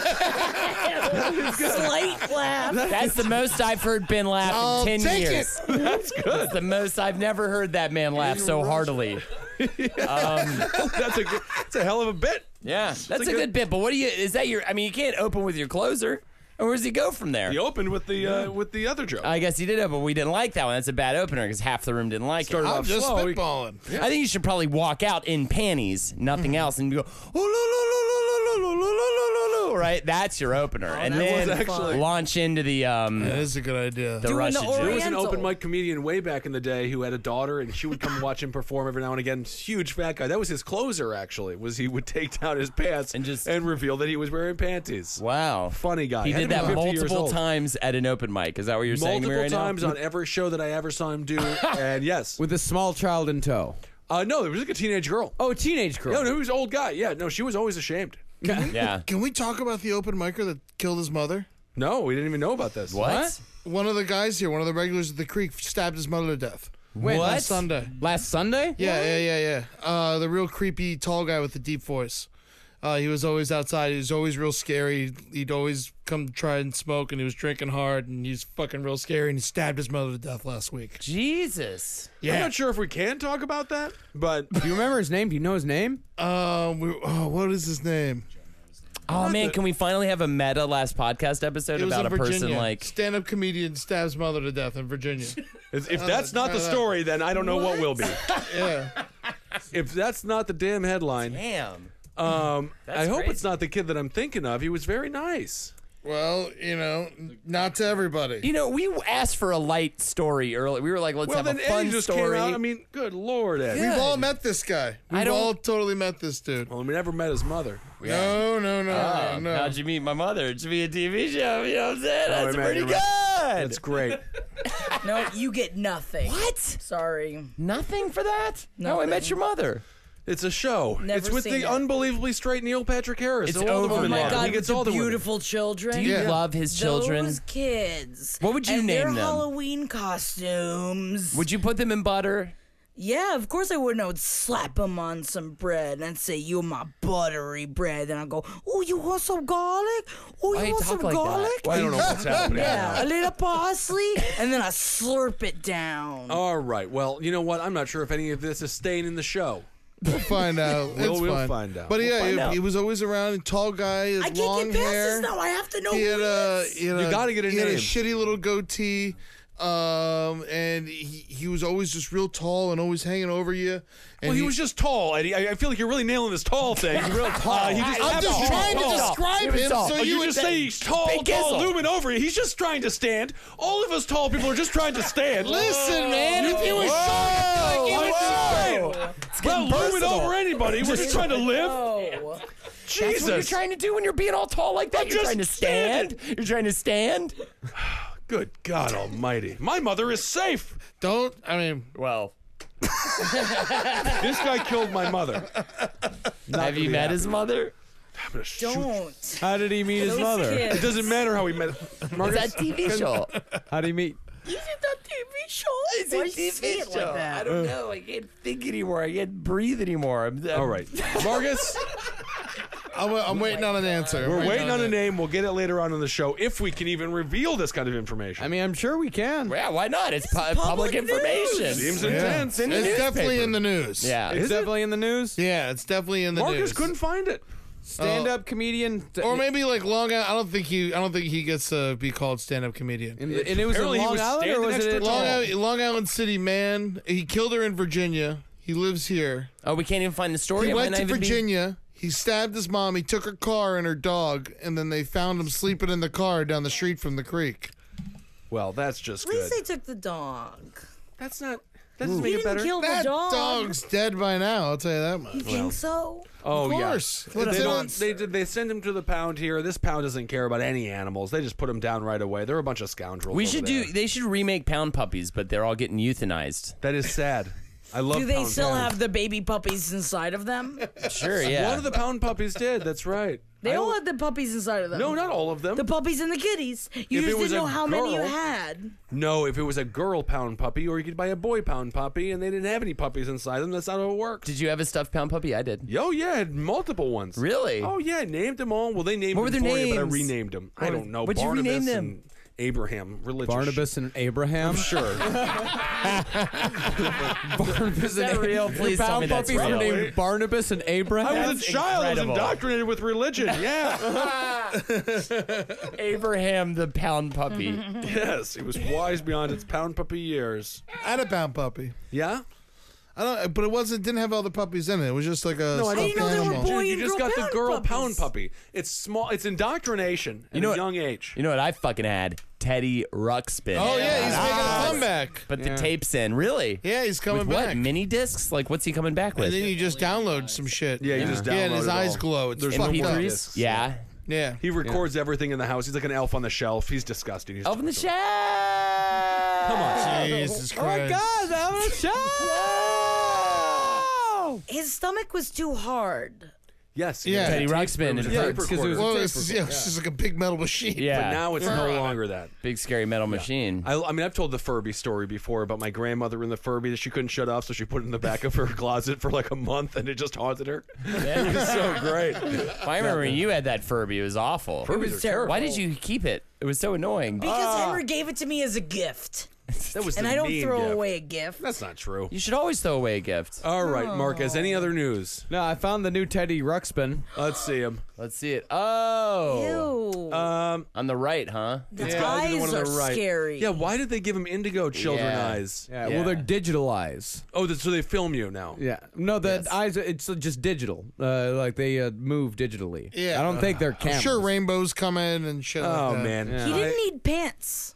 I: laugh.
K: That's the most I've heard Ben laugh
J: I'll
K: in 10
J: take
K: years. That's good. It's the most I've never heard that man laugh so heartily.
M: that's a good- that's a hell of a bit.
K: Yeah, that's a, good, bit. But what do you? Is that your? I mean, you can't open with your closer. And where does he go from there?
M: He opened with the uh, with the other joke.
K: I guess he did open. We didn't like that one. That's a bad opener because half the room didn't like it.
J: I'm just spitballing.
K: I think you should probably walk out in panties, nothing else, and go, oh, lo, lo, lo, lo, lo, lo, lo, lo, lo, lo," right? That's your opener. and
I: that
K: then
I: was actually-
K: launch into the um
J: That is a good idea.
K: the
I: Doing
K: Russia
I: the
K: joke.
H: There was an
I: Oriental.
H: open mic comedian way back in the day who had a daughter, and she would come watch him perform every now and again. Huge fat guy. That was his closer, actually. Was he would take down his pants
K: And just-
H: and reveal that he was wearing panties.
K: Wow.
H: Funny guy.
K: He
H: Had to
K: did
H: be
K: that
H: 50 years
K: multiple
H: old.
K: times at an open mic. Is that what you're saying to me
H: multiple
K: right
H: times
K: now?
H: on every show that I ever saw
K: [laughs]
H: him do. and yes,
L: With a small child in tow.
H: uh, no, it was like a teenage girl.
L: Oh, a teenage girl.
H: No, no, he was an old guy. Yeah, no, she was always ashamed.
K: Yeah.
J: Can we talk about the open micer that killed his mother?
H: No, we didn't even know about this.
K: What?
J: One of the guys here, one of the regulars at the creek, stabbed his mother to death.
L: When?
K: What?
J: Last Sunday.
L: Last Sunday?
J: Yeah, yeah, yeah, yeah. Uh, the real creepy tall guy with the deep voice. Uh, he was always outside. He was always real scary. He'd always come try and smoke, and he was drinking hard, and he's fucking real scary. And he stabbed his mother to death last week.
K: Jesus.
H: I'm not sure if we can talk about that, but
L: Do you remember his name? Do you know his name?
J: Um, we, oh, what is his name?
K: Oh man, can we finally have a meta last podcast episode
J: It was
K: about
J: in
K: a
J: Virginia.
K: person like
J: stand-up comedian stabs mother to death in
K: [laughs]
J: Virginia.
H: if that's not the
J: uh,
H: story, then I don't know what, will be.
J: yeah.
H: If that's not the damn headline,
K: Damn.
H: um, I hope it's
K: crazy.
H: not the kid that I'm thinking of. He was very nice.
J: Well, you know, not to everybody.
K: You know, we asked for a light story earlier. We were like, let's
H: Well,
K: have
H: then
K: a fun
H: Eddie just
K: story.
H: came out. I mean, good lord, Eddie.
J: We've all met this guy. We've
K: don't-
J: all totally met this dude.
H: Well, we never met his mother.
M: [laughs]
J: No, no, no,
K: Oh,
J: no.
K: How'd you meet my mother? It should be a TV show. You know what I'm saying?
L: Oh,
H: I
K: That's
H: met
K: pretty
H: your
K: good.
H: mother. That's great.
I: No, you get nothing.
K: What?
I: Sorry.
K: Nothing for that? No, I met your mother.
H: It's a show.
I: Never
H: it's with the
I: seen it.
H: unbelievably straight Neil Patrick Harris.
K: It's
H: All the
K: over.
H: women
K: Oh my
H: love him.
I: God,
H: he gets
I: with
H: all
I: the
H: the women.
I: beautiful children.
K: Do you love his children?
I: Those kids.
K: What would you
I: and
K: name
I: their
K: them?
I: Halloween costumes.
K: Would you put them in butter?
I: Yeah, of course I wouldn't. I would slap him on some bread and I'd say, You're my buttery bread. And I'd go, Oh, you want some garlic? Oh,
K: Why
I: you
K: you
I: want some
K: talk like
I: garlic?
K: that? Why
M: I don't know what's happening.
K: [laughs]
I: Yeah, a little parsley, and then I slurp it down.
H: [laughs]
K: Oh,
H: All right. Well, you know what? I'm not sure if any of this is staying in the show.
J: We'll find out.
H: [laughs] We'll-
J: It's
H: we'll
J: fine.
H: find out.
J: But
K: We'll
J: yeah,
K: find
J: he,
K: out.
J: he was always around. Tall guy,
I: I can't
J: long
I: get past
J: hair.
I: this now. I have to know.
J: he had
I: who
J: a,
K: uh,
I: it is.
J: he had a
H: You gotta get a
J: he had a
H: name.
J: shitty little goatee, um, and he, he was always just real tall and always hanging over you. And
M: Well, he was just tall, Eddie. I, I feel like you're really nailing this tall
H: [laughs]
M: thing. Real tall. he just
J: I'm just
M: tall.
J: trying to
M: Tall.
J: describe
K: Give it
J: him
K: all.
J: so
M: Oh,
J: you
M: you,
J: would
M: just say he's tall,
K: Big
M: tall,
K: Gizzle.
M: looming over you. He's just trying to stand. All of us tall people are just trying to stand.
J: listen, man. If you were short, like, you would
K: Whoa!
M: It's not looming
K: personal.
M: over anybody. We're just trying to live.
I: Oh.
K: That's
M: Jesus.
K: what you're trying to do when you're being all tall like that.
M: I'm
K: you're
M: just
K: trying to stand. You're trying to stand.
M: Good God Almighty. My mother is safe.
J: don't. I mean,
K: Well,
M: This guy killed my mother.
K: have you met his mother?
I: Don't.
L: How did he meet his
I: Those
L: mother?
I: kids.
M: It doesn't matter how he met.
K: It's that TV show.
L: How did he meet?
I: Is it that TV show?
K: It's a
I: Why do you say
K: TV
I: it
K: show.
I: like
K: I
I: that?
K: don't know. I can't think anymore. I can't breathe anymore. I'm, I'm,
H: All right. Marcus,
J: I'm, I'm
I: Oh
J: waiting on an answer.
M: We're waiting on a name. We'll get it later on in the show if we can even reveal this kind of information.
L: I mean, I'm sure we can.
K: Yeah, why not? It's, pu- public,
I: public
K: information.
I: news.
M: Seems
J: Yeah.
M: intense.
J: It's,
K: in the
J: definitely
K: newspaper.
J: in the news.
K: Yeah.
L: It's definitely in the news.
J: Yeah, it's definitely in the
H: Marcus
J: news.
H: couldn't find it.
M: Oh.
L: Stand-up comedian.
J: or maybe like Long Island. I don't think he. I don't think he gets to be called stand-up comedian.
L: and, and it was in
H: Apparently he
L: Long
H: was
L: Island, or
H: standing
L: was it
H: extra
L: in-
J: Long Island, Long Island City man. He killed her in Virginia. He lives here.
K: oh, we can't even find the story.
J: He
K: It
J: went
K: might
J: to
K: not even be-
J: Virginia. He stabbed his mom. He took her car and her dog, and then they found him sleeping in the car down the street from the creek.
H: Well, that's just
I: At least
H: good.
I: they took the dog.
H: That's not. That doesn't
I: He
H: make it
I: didn't
H: better.
I: kill the
J: That
I: dog.
J: dog's dead by now. I'll tell you that much.
I: You think so?
J: of
H: oh yeah.
J: course.
H: They,
J: It's
H: don't-
J: in-
H: they did- they send him to the pound here. This pound doesn't care about any animals. They just put him down right away. They're a bunch of scoundrels.
K: We
H: over
K: should
H: there.
K: do. They should remake Pound Puppies, but they're all getting euthanized.
H: That is sad. I love.
I: Do they
H: pound
I: still
H: Pound.
I: have the baby puppies inside of
H: [laughs]
I: them?
K: Sure. Yeah.
H: One of the pound puppies did. That's right.
I: They
H: I
I: all
H: don't-
I: had the puppies inside of them.
H: No, not all of them.
I: The puppies and the kitties. You
H: If it
I: just
H: was
I: didn't know
H: a
I: how many you
H: girl-
I: had.
H: No, if it was a girl pound puppy, or you could buy a boy pound puppy, and they didn't have any puppies inside them. That's not how it worked.
K: Did you have a stuffed pound puppy? I did.
H: Yo, yeah, I had multiple ones.
K: Really?
H: Oh yeah, I named them all. Well, they named
K: What were
H: them
K: their
H: for you, but I
K: names?
H: renamed them. I
K: What-
H: don't know.
K: what'd you
H: Barnabas
K: rename them?
H: and Abraham, religious.
L: Barnabas and Abraham. [laughs]
H: Sure.
L: Barnabas is
K: that real? Please tell me that's real.
L: named Barnabas and Abraham.
M: I was a
K: That's
M: child. I
K: incredible.
M: was indoctrinated with religion. Yeah.
K: Abraham the pound puppy.
H: [laughs] yes, it was wise beyond its pound puppy years.
J: I had a pound puppy.
H: Yeah.
J: I don't, but it wasn't. Didn't have all the puppies in it. It was just like a. No,
I: I didn't know they were boy
H: Dude, you
I: and
H: just
I: girl
H: got the
I: pound
H: girl
I: puppies.
H: pound puppy. It's small. It's indoctrination at
K: know
H: a
K: what-
H: young age.
K: You know what I fucking had? Teddy Ruxpin.
J: Oh yeah, he's making a comeback.
K: But the tapes in, really?
J: Yeah, he's coming
K: With what?
J: back.
K: Mini discs? Like, what's he coming back with?
J: And then you just download some shit.
H: Yeah, you just
J: yeah, and his
H: download it
J: eyes
H: all.
J: glow. It's
H: There's
J: fucked
H: no
J: up.
H: more.
K: MP3s? Yeah.
I: [laughs]
J: Yeah,
H: He records everything in the house. He's like an elf on the shelf. He's disgusting. He's
K: Elf in the
H: terrible.
K: Shelf. Come
I: Oh
J: Jesus Christ.
L: I'm a
K: on.
I: His stomach was too hard.
H: Yes.
J: Yeah.
K: Teddy Ruxpin. and
H: Yeah,
L: It's 'cause it was-
H: recorder.
J: Well,
L: tape
J: it's,
L: recorder,
J: yeah, it's just like a big metal machine.
K: Yeah.
H: But now it's no longer that.
K: Big scary metal machine.
H: I, I mean, I've told the Furby story before about my grandmother and the Furby that she couldn't shut off, so she put it in the back of her [laughs] closet for like a month, and it just haunted her. it was so
K: [laughs]
H: great.
K: I remember when you had that Furby. It was awful.
H: Furbies are terrible. Uh,
K: Why did you keep it? It was so annoying.
I: Because Henry gave it to me as a gift.
H: That was
I: And
H: the
I: I don't
H: Ah. mean
I: throw
H: gift.
I: away a gift.
H: That's not true.
K: You should always throw away a gift.
H: All right, Marcus. Any other news?
L: No, I found the new Teddy Ruxpin.
H: Let's see him.
K: Let's see it. Oh.
I: Ew.
H: Um,
K: On the right, huh?
I: the
H: gotta be the
I: eyes
H: one on
I: are
H: the right.
I: scary.
H: Yeah. Why did they give him indigo children
K: Yeah.
H: eyes?
L: Yeah,
K: Yeah.
L: Well, they're digitalized.
H: Oh, th- so they film you now.
L: Yeah. No, the eyes. are- It's just digital. Uh, like they uh, move digitally.
J: Yeah.
L: I don't think they're cameras.
J: [laughs] Sure, rainbows coming and shit.
H: Oh
J: like that.
H: man.
I: He
H: I-
I: didn't need pants.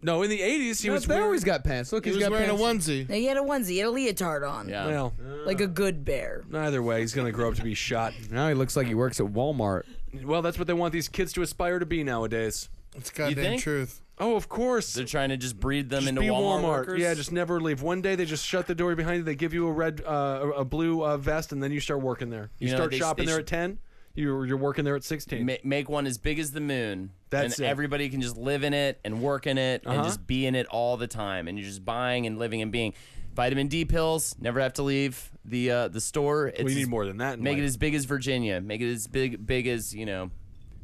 H: no, in the '80s he
L: No,
H: was.
L: they
H: wearing-
L: always got pants. Look,
J: he
L: he's
J: was
L: got
J: wearing a
L: pants.
J: onesie.
I: No, he had a onesie. He had a leotard on.
K: Yeah.
H: Well,
I: Like a good bear.
H: either way, he's gonna grow up to be shot.
L: Now he looks like he works at Walmart.
H: Well, that's what they want these kids to aspire to be nowadays.
J: It's goddamn
K: think?
J: truth.
H: Oh, of course.
K: They're trying to just breed them into
H: be
K: Walmart, workers.
H: Yeah, just never leave. One day they just shut the door behind you. They give you a red, uh, a- a blue uh, vest, and then you start working there. You,
K: You know,
H: start
K: they-
H: shopping
K: they
H: there
K: should-
H: at ten. You're you're working there at sixteen.
K: Ma- make one as big as the moon.
H: That's
K: and
H: it. Uh-huh.
K: everybody can just live in it and work in it and just be in it all the time. And you're just buying and living and being. Vitamin D pills. Never have to leave the uh, the store. It's
H: We
K: as-
H: need more than that. in
K: Make it
H: life.
K: as big as Virginia. Make it as big big as you know,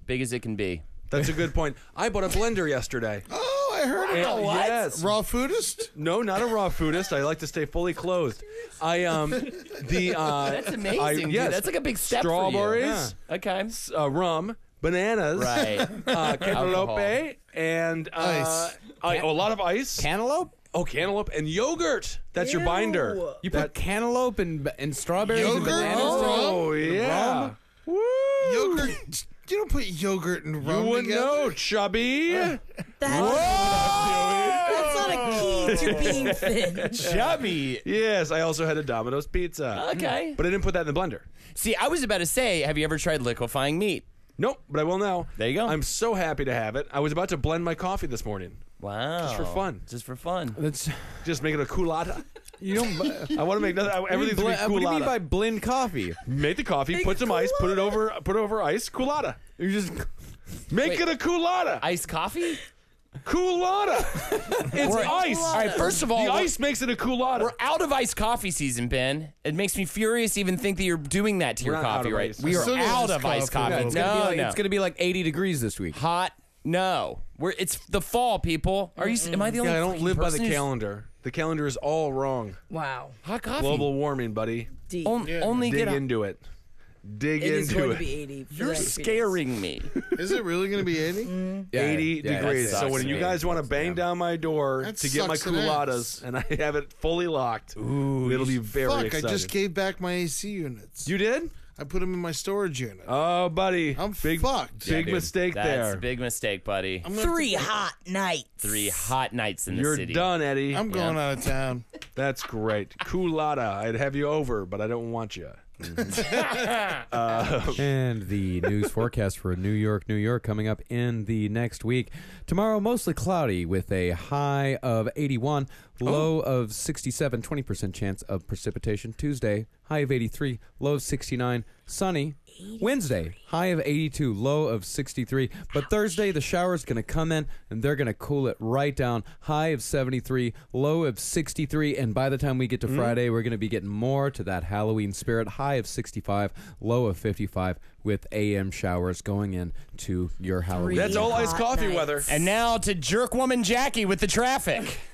K: big as it can be.
H: That's a good point. I bought a blender yesterday.
J: Oh, I heard it.
H: And- Yes.
J: Raw foodist?
H: [laughs] No, not a raw foodist. I like to stay fully clothed. I um
L: [laughs]
H: the uh
K: That's amazing.
H: I-
K: dude.
H: yes.
K: That's like a big step. for you.
H: Strawberries.
K: Okay.
H: uh, rum, bananas,
K: Right.
H: [laughs] uh,
K: Alcohol.
H: cantaloupe, and uh, I- oh, a lot of ice.
L: Cantaloupe?
H: oh, cantaloupe and yogurt. That's your binder.
L: You put cantaloupe and, and strawberries and
J: Yogurt?
L: bananas?
J: Oh,
H: Oh yeah.
J: Yogurt. [laughs] You don't put yogurt and rum
H: You wouldn't
J: together.
H: know, chubby.
I: That's, that's not a key to
H: [laughs]
I: being thin.
K: Chubby.
H: Yes, I also had a Domino's pizza.
K: Okay.
H: But I didn't put that in the blender.
K: See, I was about to say, have you ever tried liquefying meat?
H: Nope, but I will now.
K: There you go.
H: I'm so happy to have it. I was about to blend my coffee this morning.
K: Wow. Just
H: for fun.
K: Just for fun.
L: That's
H: Just make it a culotta.
L: you don't. what
H: [laughs] I want to make nothing. I-
L: do you
H: Everything's
L: bl- uh,
H: gonna be culotta.
L: what do you mean by blend coffee?
H: Make the coffee, put some ice, put it over, put it over ice, culotta.
L: You just
H: Make
K: Wait.
H: it a culotta.
K: Iced coffee? [laughs]
H: culotta. it's ice.
K: All right, first of all,
H: the
K: we're-
H: ice makes it a culotta.
K: We're out of iced coffee season, Ben. It makes me furious even think that you're doing that to your
H: not out
K: coffee
H: of
K: right.
H: ice.
K: We are
J: Still
K: out
J: iced
K: of iced
J: coffee.
K: coffee.
J: Yeah,
K: No,
J: it's
L: gonna be like,
K: no.
L: It's gonna be like 80 degrees this week.
K: hot. No, we're it's the fall, people. Are you? s- Am I the only?
H: God, I don't
K: fucking
H: live by the
K: person who's-
H: calendar. The calendar is all wrong.
I: Wow.
K: Hot coffee.
H: Global warming, buddy.
I: Deep.
K: On- Only
H: Dig
K: get.
H: into it. Dig
I: it is
H: into
I: going
H: it.
I: to be 80. for
K: You're
I: that fetus.
K: scaring
H: [laughs]
K: me.
J: Is it really going to be 80?
L: Yeah,
H: 80
L: yeah, that
H: degrees.
L: sucks
H: So when
L: to
H: you
L: me.
H: guys want to bang down my door
J: That
H: to get my
J: sucks an ass.
H: culottes, and I have it fully locked, it'll be very
J: Fuck,
H: exciting.
J: I just gave back my AC units.
H: you did?
J: I put them in my storage unit.
H: Oh, buddy.
J: I'm
H: big,
J: fucked.
H: Big
K: Dude,
H: mistake
K: That's
H: there.
K: a big mistake, buddy.
J: I'm gonna-
I: Three hot nights.
K: Three hot nights in the
H: You're
K: city.
H: done, Eddie.
J: I'm going out of town.
H: That's great. Culotta, I'd have you over, but I don't want you.
L: And the news forecast for New York, New York coming up in the next week. Tomorrow, mostly cloudy with a high of 81, low of 67, 20% chance of precipitation. Tuesday, high of 83, low of 69, sunny. Wednesday, high of 82, low of 63. But Thursday, the shower's going to come in and they're going to cool it right down. High of 73, low of 63. And by the time we get to Friday, we're going to be getting more to that Halloween spirit. High of 65, low of 55, with AM showers going in to your Halloween.
H: That's all iced
I: hot
H: coffee
I: nights.
H: weather.
K: And now to jerk woman Jackie with the traffic.
H: [laughs]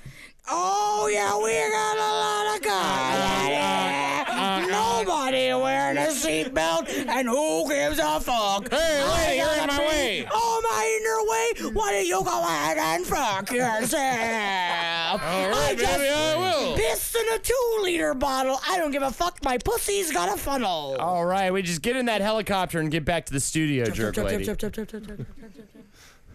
I: Oh, yeah, we got a lot of guys. Nobody wearing a seatbelt, and who gives a fuck? Hey, lady, you're in my way. Oh, am I in your way? Why don't you go ahead and fuck yourself? All right, I just pissed in a two-liter bottle. I don't give a fuck. My pussy's got a funnel.
K: All right, we just get in that helicopter and get back to the studio, jerk lady.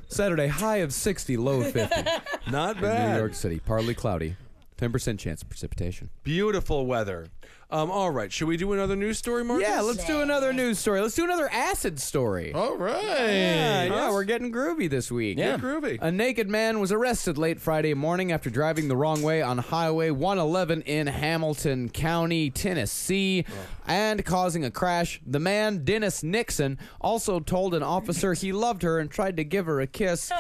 L: Saturday, high of 60, low of 50.
H: Not
L: New
H: bad.
L: York City, partly cloudy, 10% chance of precipitation.
H: Beautiful weather. Um, all right, should we do another news story, Mark?
L: Yeah, let's do another news story. Let's do another acid story.
J: All right.
L: Yeah, yeah, we're getting groovy this week.
K: Yeah.
H: Groovy.
L: A naked man was arrested late Friday morning after driving the wrong way on Highway 111 in Hamilton County, Tennessee, and causing a crash. The man, Dennis Nixon, also told an officer he loved her and tried to give her a kiss.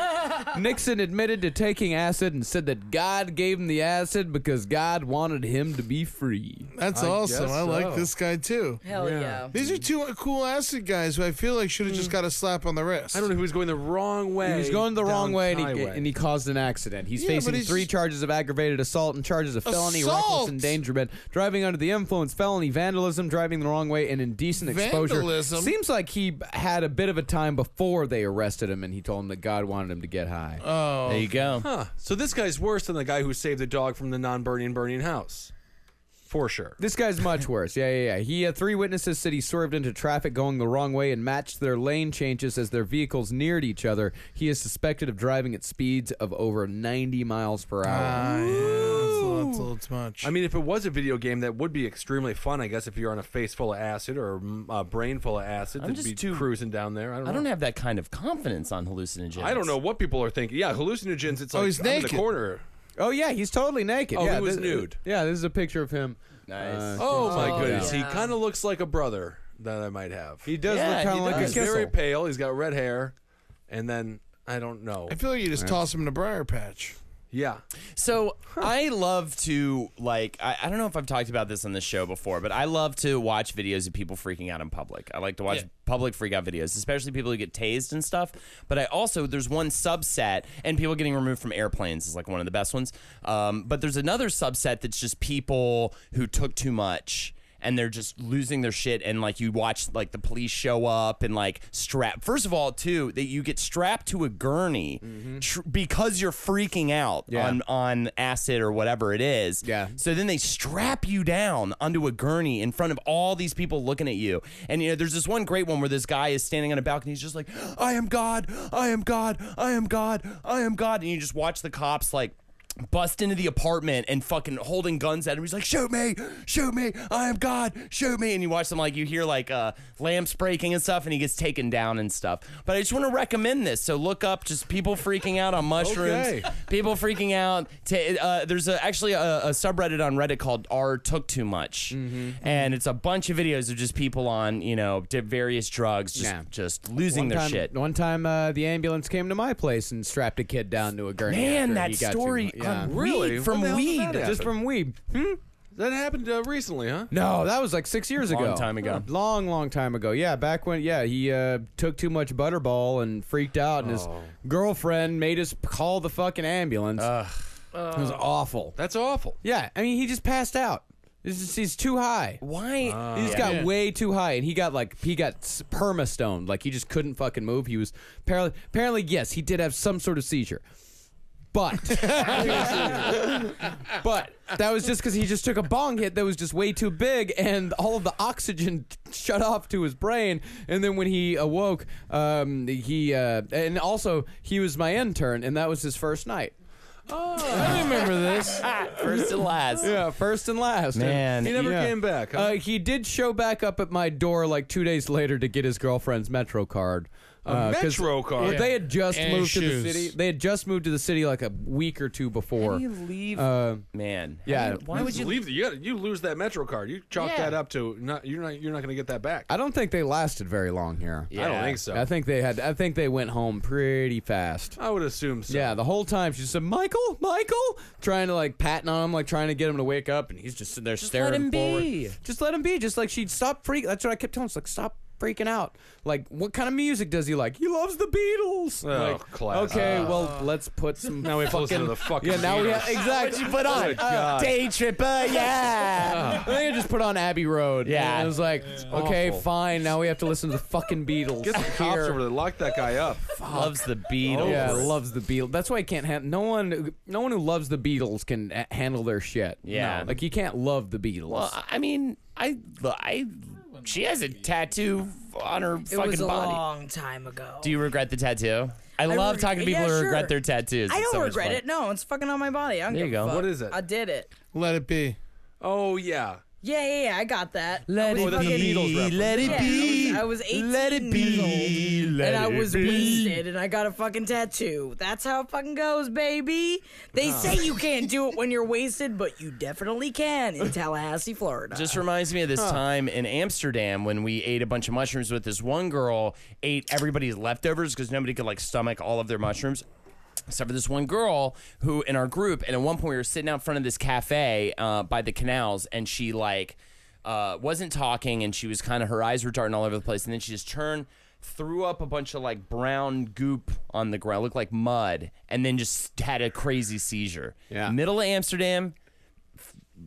L: Nixon admitted to taking acid and said that God gave him the acid because God wanted him to be free.
J: That's awesome.
H: guess
J: I like
H: so.
J: this guy too.
I: Hell yeah.
J: These are two cool acid guys who I feel like should have just got a slap on the wrist.
H: I don't know who's going the wrong way.
L: He was going the wrong
H: down
L: way and he,
H: highway.
L: and he caused an accident. He's
J: Yeah,
L: facing
J: but he's-
L: three charges of aggravated assault and charges of felony reckless
J: Assault!
L: endangerment, driving under the influence, felony vandalism, driving the wrong way, and indecent exposure.
J: Vandalism?
L: Seems like he had a bit of a time before they arrested him and he told him that God wanted him to get high.
J: Uh.
K: There you go.
H: Huh. So this guy's worse than the guy who saved the dog from the non-burning burning house, for sure.
L: This guy's much worse. Yeah, yeah, yeah. He had three witnesses said he swerved into traffic going the wrong way and matched their lane changes as their vehicles neared each other. He is suspected of driving at speeds of over 90 miles per hour.
J: Ah, yeah, that's a lot- that's a little too much.
H: I mean, if it was a video game, that would be extremely fun, I guess. If you're on a face full of acid or mm, a brain full of acid,
K: I'm
H: to
K: just
H: be
K: too-
H: cruising down there. I don't.
K: I don't
H: know.
K: have that kind of confidence on hallucinogens.
H: I don't know what people are thinking. Yeah, hallucinogens.
K: Oh,
H: It's like
J: he's
H: I'm in the
J: naked.
H: corner.
L: Oh yeah, he's totally naked.
H: Oh, he
L: yeah,
H: was
L: thi-
H: nude.
L: Yeah, this is a picture of him. Uh,
K: Nice.
H: Oh, my goodness, he kind of looks like a brher that I might have.
L: He does
K: Yeah,
L: look kind
K: he
L: of like
K: does.
L: a
H: He's very
L: kissel.
H: pale. He's got red hair, and then I don't know.
J: I feel like you just toss him in a briar patch.
H: Yeah.
K: So I love to like I, I don't know if I've talked about this on this show before, but I love to watch videos of people freaking out in public. I like to watch public freak out videos, especially people who get tased and stuff. But I also there's one subset and people getting removed from airplanes is like one of the best ones. Um, but there's another subset that's just people who took too much and they're just losing their shit and like you watch like the police show up and like strap first of all too that you get strapped to a gurney tr- because you're freaking out on on acid or whatever it is
L: Yeah.
K: so then they strap you down onto a gurney in front of all these people looking at you and you know there's this one great one where this guy is standing on a balcony he's just like i am god i am god i am god i am god and you just watch the cops like bust into the apartment and fucking holding guns at him. He's like, "Shoot me, shoot me, I am God, shoot me!" And you watch them like you hear like uh, lamps breaking and stuff, and he gets taken down and stuff. But I just want to recommend this. So look up just people freaking out on mushrooms,
H: Okay.
K: people freaking out. Ta uh, there's a, actually a, a subreddit on Reddit called "R Took Too Much,"
L: Mm-hmm.
K: and it's a bunch of videos of just people on you know di- various drugs, just
L: Yeah.
K: just losing
L: One
K: their
L: time,
K: shit.
L: One time, uh, the ambulance came to my place and strapped a kid down to a gurney.
K: Man,
L: after
K: that
L: he got too
K: story
L: mu- yeah.
K: on
H: Really?
K: weed,
H: What
K: from
H: the hell did
K: weed.
H: that happen?
L: just from weed. Hmm?
H: That happened uh, recently, huh?
L: No, that was like six years
K: Long
L: ago.
K: time ago.
L: Long, long time ago. Yeah, back when. Yeah, he uh, took too much butterball and freaked out, and his girlfriend made us call the fucking ambulance. it was awful.
H: That's awful.
L: Yeah, I mean, he just passed out. He's, just, he's too high.
K: Why?
L: He just got way too high, and he got like he got s- perma stoned. Like he just couldn't fucking move. He was apparently, apparently yes, he did have some sort of seizure, but but that was just because he just took a bong hit that was just way too big, and all of the oxygen [laughs] shut off to his brain. And then when he awoke, um, he uh, and also he was my intern, and that was his first night.
J: I remember this.
K: First and last.
L: Yeah, first and last. And-
K: Man,
H: He never
L: Yeah.
H: came back. Huh?
L: Uh, he did show back up at my door like two days later to get his girlfriend's Metro card. Uh, 'cause-
H: Metro card?
L: Yeah, They had just
J: And
L: moved to
J: shoes.
L: the city. They had just moved to the city like a week or two before.
K: you leave,
L: Uh,
K: man. How
L: yeah.
K: do you- why would you?
H: leave? The, you, gotta, you lose that Metro card. You chalk
K: Yeah.
H: that up to not. You're not. You're not going to get that back.
L: I don't think they lasted very long here.
H: I don't think so.
L: I think they had. I think they went home pretty fast.
H: I would assume so.
L: Yeah, the whole time she said, "Michael, Michael," trying to like patting on him, like trying to get him to wake up, and he's just sitting there staring
K: him
L: forward.
K: be.
L: Just let him be. Just like she'd stop freak. That's what I kept telling. Her. It's like stop freaking out. Like, what kind of music does he like? He loves the Beatles.
H: Oh,
L: Like,
H: classic.
L: Okay, well, let's put some.
H: Now we have to listen to the fucking.
L: yeah, now we have exactly.
K: What'd you put on?
H: Oh, God. [laughs] Oh.
K: Day
I: [laughs]
K: tripper, yeah.
L: I think I just put on Abbey Road.
K: Yeah.
L: and it was like, okay,
H: awful.
L: fine. Now we have to listen to the fucking Beatles.
H: Get the cops
L: here.
H: over there. Lock that guy up.
K: [laughs] Loves the Beatles.
L: Yeah, loves the Beatles. That's why I can't handle. No one, no one who loves the Beatles can a- handle their shit.
K: Yeah.
L: No, like you can't love the Beatles.
K: Well, I- I mean, I, I, she has a tattoo on her
I: It
K: fucking
I: was a
K: body.
I: long time ago.
K: Do you regret the tattoo? I, love
I: reg-
K: talking to people
I: yeah,
K: who
I: sure.
K: regret their tattoos.
I: I
K: It's
I: don't
K: so much
I: regret
K: fun.
I: it. No, it's fucking on my body. I don't
K: There
I: give
K: you
I: a
K: go.
I: fuck.
H: What is it?
I: I did it.
J: Let it be.
H: Oh yeah.
I: Yeah, yeah, yeah. I got that.
K: Let
I: I was
K: it
I: fucking-
K: be. Let it
I: Yeah,
K: be.
I: I was, I was 18
K: Let it be.
I: years old,
K: Let
I: and I
K: it
I: was
K: be.
I: wasted, and I got a fucking tattoo. That's how it fucking goes, baby. They say you can't do it when you're wasted, but you definitely can in Tallahassee, Florida.
K: Just reminds me of this time in Amsterdam when we ate a bunch of mushrooms with this one girl, ate everybody's leftovers because nobody could like stomach all of their mushrooms. Except for this one girl who in our group, and at one point we were sitting out in front of this cafe uh, by the canals, and she like uh, wasn't talking, and she was kind of her eyes were darting all over the place, and then she just turned, threw up a bunch of like brown goop on the ground, looked like mud, and then just had a crazy seizure.
L: Yeah.
K: middle of Amsterdam,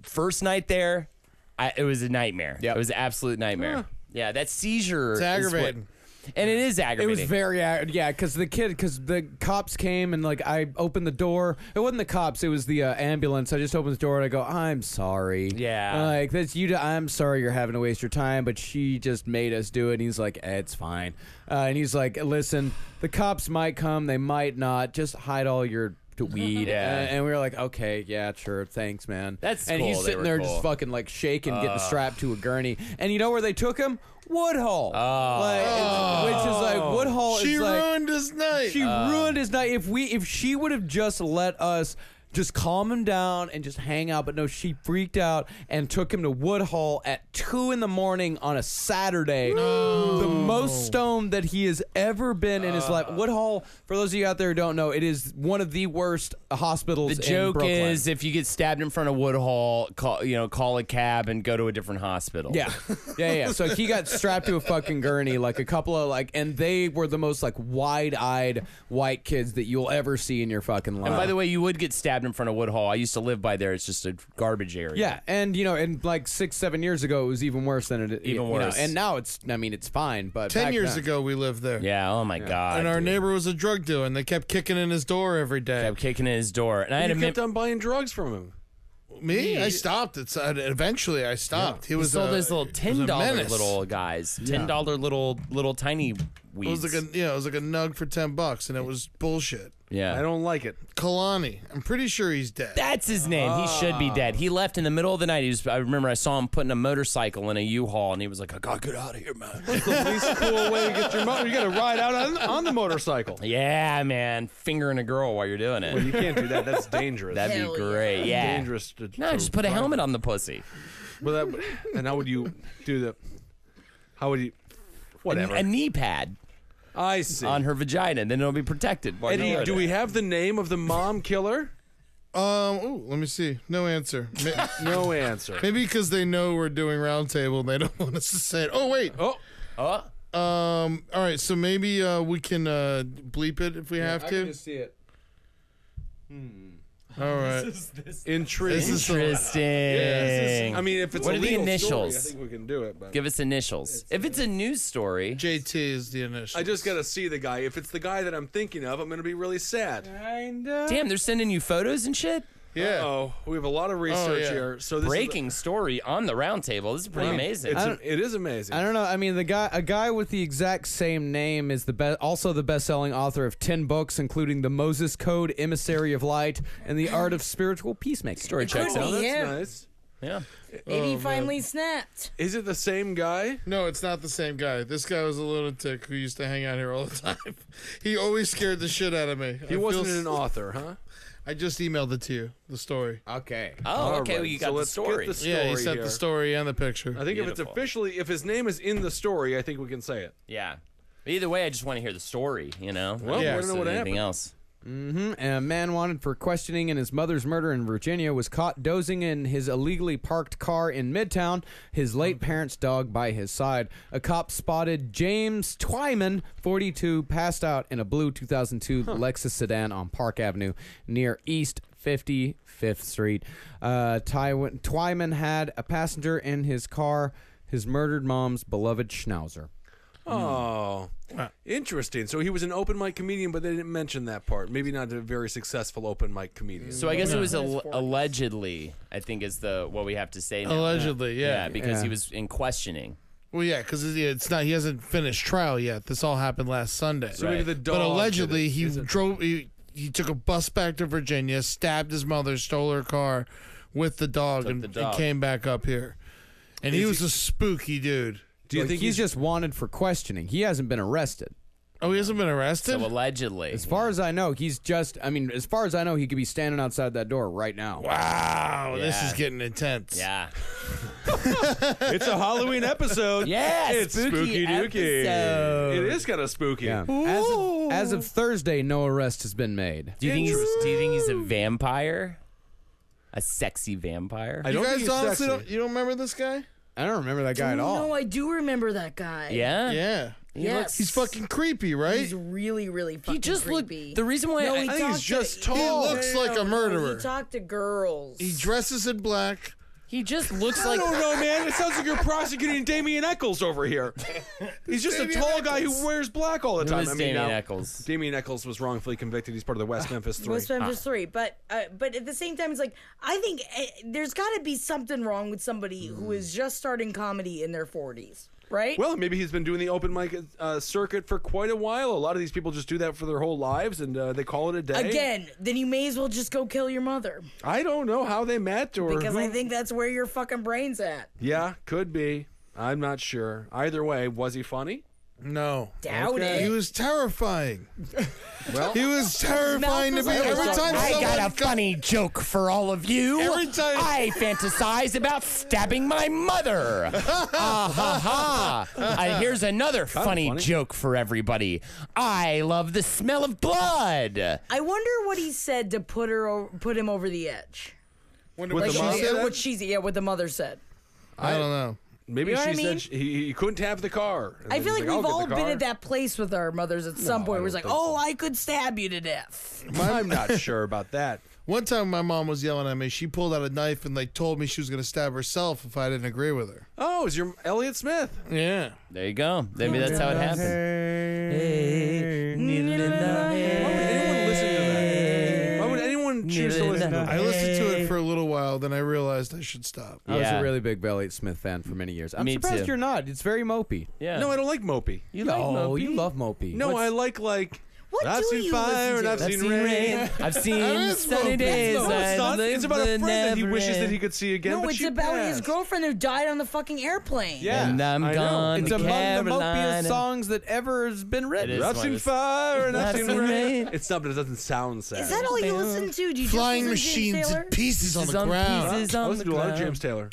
K: first night there, I, it was a nightmare.
L: Yep.
K: It was an absolute nightmare. Yeah, that seizure. It's
J: aggravating.
K: and it is
L: it
K: aggravating.
L: was very ag- yeah, because the kid, because the cops came and like I opened the door. It wasn't the cops; it was the uh, ambulance. I just opened the door and I go, "I'm sorry."
K: Yeah.
L: And, like that's you. I'm sorry you're having to waste your time, but she just made us do it. And he's like, eh, "It's fine," uh, and he's like, "Listen, the cops might come, they might not. Just hide all your." To
K: [laughs]
L: weed,
K: Yeah.
L: and, and we were like, okay, yeah, sure, thanks, man.
K: That's
L: and he's
K: cool, they
L: sitting
K: were
L: there
K: cool.
L: just fucking like shaking,
K: Uh.
L: getting strapped to a gurney, and you know where they took him? Woodhull,
K: Oh.
L: like, it's- which is like Woodhull
J: She
L: is like
H: Uh,
J: ruined his night.
L: she ruined his night. If we, if she would have just let us just calm him down and just hang out. But no, she freaked out and took him to Woodhull at two in the morning on a Saturday. The most stoned that he has ever been
K: Uh.
L: in his life. Woodhull, for those of you out there who don't know, it is one of the worst hospitals.
K: The
L: in
K: joke
L: Brooklyn.
K: is if you get stabbed in front of Woodhall, call you know, call a cab and go to a different hospital.
L: Yeah. Yeah, yeah. So he got strapped to a fucking gurney, like a couple of like and they were the most like wide eyed white kids that you'll ever see in your fucking life.
K: And by the way, you would get stabbed in front of Woodhall. I used to live by there. It's just a garbage area.
L: yeah, and you know, and like six, seven years ago, it was even worse than it. you know,
K: worse.
L: and now it's, I mean, it's fine. But
J: Ten
L: back
J: years
L: then-
J: ago, we lived there.
K: Yeah. Oh my god.
J: And our
K: dude.
J: neighbor was a drug dealer, and they kept kicking in his door every day.
K: kept kicking in his door, and I had
H: You
K: a mem-
H: kept on buying drugs from him.
J: Me, I stopped. It's uh, eventually I stopped. He
K: He
J: was
K: sold
J: a,
K: those little
J: he was a
K: ten dollar
J: menace.
K: little guys, ten dollar little little tiny
J: It
K: weeds.
J: was like a yeah, it was like a nug for ten bucks, and it was bullshit.
K: yeah,
H: I don't like it.
J: Kalani, I'm pretty sure he's dead.
K: That's his name. He should be dead. He left in the middle of the night. He was, I remember I saw him putting a motorcycle in a U-Haul, and he was like, "I gotta get out of here, man." [laughs]
H: The least cool way to get your motor. You got to ride out on, on
J: [laughs]
H: the motorcycle.
K: yeah, man, fingering a girl while you're doing
H: Well,
K: it.
H: you can't do that. That's dangerous.
K: That'd
I: Hell
K: be
I: yeah.
K: great. Yeah.
H: dangerous. To,
K: No,
H: to
K: just put a
H: ride.
K: helmet on the pussy.
H: Well, that, and how would you do the? How would you? Whatever.
K: A, a knee pad
H: I see.
K: on her vagina, then it'll be protected. while you're
H: Eddie,
K: doing
H: do
K: it.
H: we have the name of the mom killer?
J: Um, ooh, let me see. No [laughs] answer. Ma-
H: No answer.
J: Maybe because they know we're doing roundtable and they don't [laughs] want us to say it. Oh wait.
H: Oh,
K: Oh,
J: Um. All right. So maybe uh, we can uh, bleep it if we have to.
L: see it.
J: All right.
H: [laughs] intrigue.
J: This is the-
K: interesting.
H: I mean, if it's
K: What
H: a
K: are the
H: legal
K: initials?
H: story, I think we can do it. But
K: Give us initials. If it's a news story,
J: JT is the initial.
H: I just got to see the guy. If it's the guy that I'm thinking of, I'm going to be really sad.
K: damn, they're sending you photos and shit.
J: yeah.
H: Oh, we have a lot of research
J: yeah.
H: here. So this
K: Breaking story on the roundtable. This is pretty
H: Is,
K: amazing.
H: it's, it is amazing.
L: I don't know. I mean, the guy, a guy with the exact same name, is the best, also the best-selling author of ten books, including The Moses Code, Emissary of Light, and The Art of Spiritual Peacemaking.
K: story checks
I: could
H: Oh,
K: out.
I: be.
H: that's
I: Yeah.
H: nice.
K: Yeah.
I: Maybe
K: Oh,
I: he finally snapped.
H: Is it the same guy?
J: No, it's not the same guy. This guy was a lunatic who used to hang out here all the [laughs] time. He always scared the shit out of me.
H: He wasn't an author, huh?
J: I just emailed it to you. The story.
L: Okay.
K: Oh, okay.
H: All
K: Well,
H: right,
K: you got
H: so
K: the
H: let's get
K: story.
H: the story
J: yeah, he sent
H: here.
J: the story and the picture.
H: I think if it's
K: Beautiful.
H: officially, if his name is in the story, I think we can say it.
K: yeah. Either way, I just want to hear the story. You know. Well,
H: yeah. I don't know
K: anything
H: what happened.
K: else.
L: A man wanted for questioning in his mother's murder in Virginia was caught dozing in his illegally parked car in Midtown, his late
H: Oh.
L: parents' dog by his side. A cop spotted James Twyman, 42, passed out in a blue 2002 Lexus sedan on Park Avenue near East 55th Street. Uh, Tywin, Twyman had a passenger in his car, his murdered mom's beloved Schnauzer.
K: Hmm.
H: Oh, interesting. So he was an open mic comedian, but they didn't mention that part. Maybe not a very successful open mic comedian.
K: So I guess it was al- allegedly. I think is the what we have to say. Now.
J: Allegedly, yeah.
K: Yeah, because he
L: Yeah.
K: was in questioning.
J: Well, yeah, because it's not. He hasn't finished trial yet. This all happened last Sunday.
H: So maybe
K: Right.
H: the dog.
J: but
H: did
J: allegedly,
H: it.
J: he drove. He, he took a bus back to Virginia, stabbed his mother, stole her car with the dog, and,
K: the
J: and
K: dog.
J: came back up here. And he was a spooky dude.
H: Do you
L: Like,
H: think
L: he's, just wanted for questioning? He hasn't been arrested.
J: Oh, he hasn't been arrested.
K: So allegedly.
L: As far as I know, he's just. I mean, as far as I know, he could be standing outside that door right now.
J: wow, Oh, this
K: Yeah.
J: is getting intense.
K: yeah.
M: It's a Halloween episode.
K: Yeah.
H: It's spooky dooky. It is kind of spooky.
L: Yeah. As, of, as of Thursday, no arrest has been made.
K: Do you think he's, do you think he's a vampire? A sexy vampire?
H: I
J: You
H: don't think
J: guys
H: he's
J: honestly
H: sexy.
J: don't, you don't remember this guy?
L: I don't remember that guy at all.
I: No, I do remember that guy.
K: yeah.
J: Yeah.
I: Yes.
J: He's fucking creepy, right?
I: He's really, really fucking
K: He just looked.
I: creepy.
K: The reason why
I: No,
K: I,
I: he
K: I-
H: I think he's
I: talked
H: just
I: to,
H: tall.
J: he looks
I: No,
J: like a
I: no, no,
J: murderer.
I: He talked to girls.
J: He dresses in black.
K: he just looks like.
H: I don't know, man. It sounds like you're prosecuting Damien Eccles over [laughs] here. He's just a tall guy who wears black all the
K: It
H: time.
K: was
H: I mean,
K: Damien
H: now,
K: Eccles.
H: Damien Eccles was wrongfully convicted. He's part of the Uh, West Memphis Three. Ah.
I: Most times just three, but uh, but at the same time, it's like I think uh, there's got to be something wrong with somebody who is just starting comedy in their 40s, right?
H: Mm. Well, maybe he's been doing the open mic uh, circuit for quite a while. A lot of these people just do that for their whole lives, and uh, they call it a day.
I: Again, then you may as well just go kill your mother
H: I don't know how they met or
I: because
H: who-
I: I think that's where your fucking brain's at.
H: Yeah, could be. I'm not sure. Either way, was he funny?
J: No.
I: Doubt
J: He
I: it.
J: was terrifying. he was terrifying to
I: Malcolm
J: be.
I: was
J: Every
I: like,
J: time
K: I
J: someone
K: got a funny joke for all of you.
J: Every time-
K: I fantasize about stabbing my
J: [laughs]
K: mother. ah, ha, ha. Uh, here's another funny,
H: funny.
K: joke for everybody. I love the smell of blood.
I: I wonder what he said to put her o- put him over the edge.
J: Wonder
I: Like
J: what the
I: she-
J: mom
I: uh,
J: said?
I: what she's yeah, what the mother said.
J: I don't know.
H: Maybe
I: know
H: she
I: what I mean?
H: said she, he, he couldn't have the car. And
I: I
H: then
I: feel
H: he's
I: like, we've
H: "I'll
I: all
H: get the
I: been
H: car."
I: at that place with our mothers at some point. Where it's like,
H: think
I: oh, I could stab you to death. [laughs]
H: I'm not sure about that.
J: One time my mom was yelling at me. She pulled out a knife and like told me she was going to stab herself if I didn't agree with her.
H: Oh, is your Elliot Smith?
J: Yeah.
K: There you go. Maybe that's how it happened.
H: Why would anyone listen to that? Why would anyone choose to listen to that?
J: I listened to it for a little while, then I realized I should stop.
L: I was
K: Yeah.
L: a really big Elliott Smith fan for many years. I'm
K: Me
L: surprised
K: too.
L: you're not. It's very mopey.
K: Yeah.
H: No, I don't like Mopey.
K: you like
L: oh,
K: Moby?
L: you love mopey.
H: No, I like like.
I: What
H: I've
I: do
H: seen
I: you
H: fire
I: listen
H: and
I: to?
H: I've
K: I've
H: seen, [laughs] rain.
K: I've seen
J: is
K: sunny
J: Moby.
K: days.
H: No, it's
K: I've
H: not. It's about a
K: lived
H: friend that he
K: never
H: wishes that
K: in.
H: he could see again.
I: No,
H: but
I: it's
H: she
I: about his
H: passed.
I: girlfriend who died on the fucking airplane.
H: Yeah,
K: And I'm
H: I know.
K: gone.
L: It's
K: to
L: among the mopiest
K: Carolina.
L: songs that ever has been written.
K: It is.
H: I've
K: one
H: seen
K: of his-
H: fire and I've
K: I've
H: seen
K: seen
H: rain.
K: rain.
H: It's not, but it doesn't sound sad.
I: Is that all you listen to? Do you
J: Flying
I: just listen to James
J: machines in
I: Taylor?
J: pieces on
K: Pieces
J: the
K: on
J: ground.
K: pieces
H: I
I: um,
K: on the
H: listen to a lot of
K: ground.
H: James Taylor.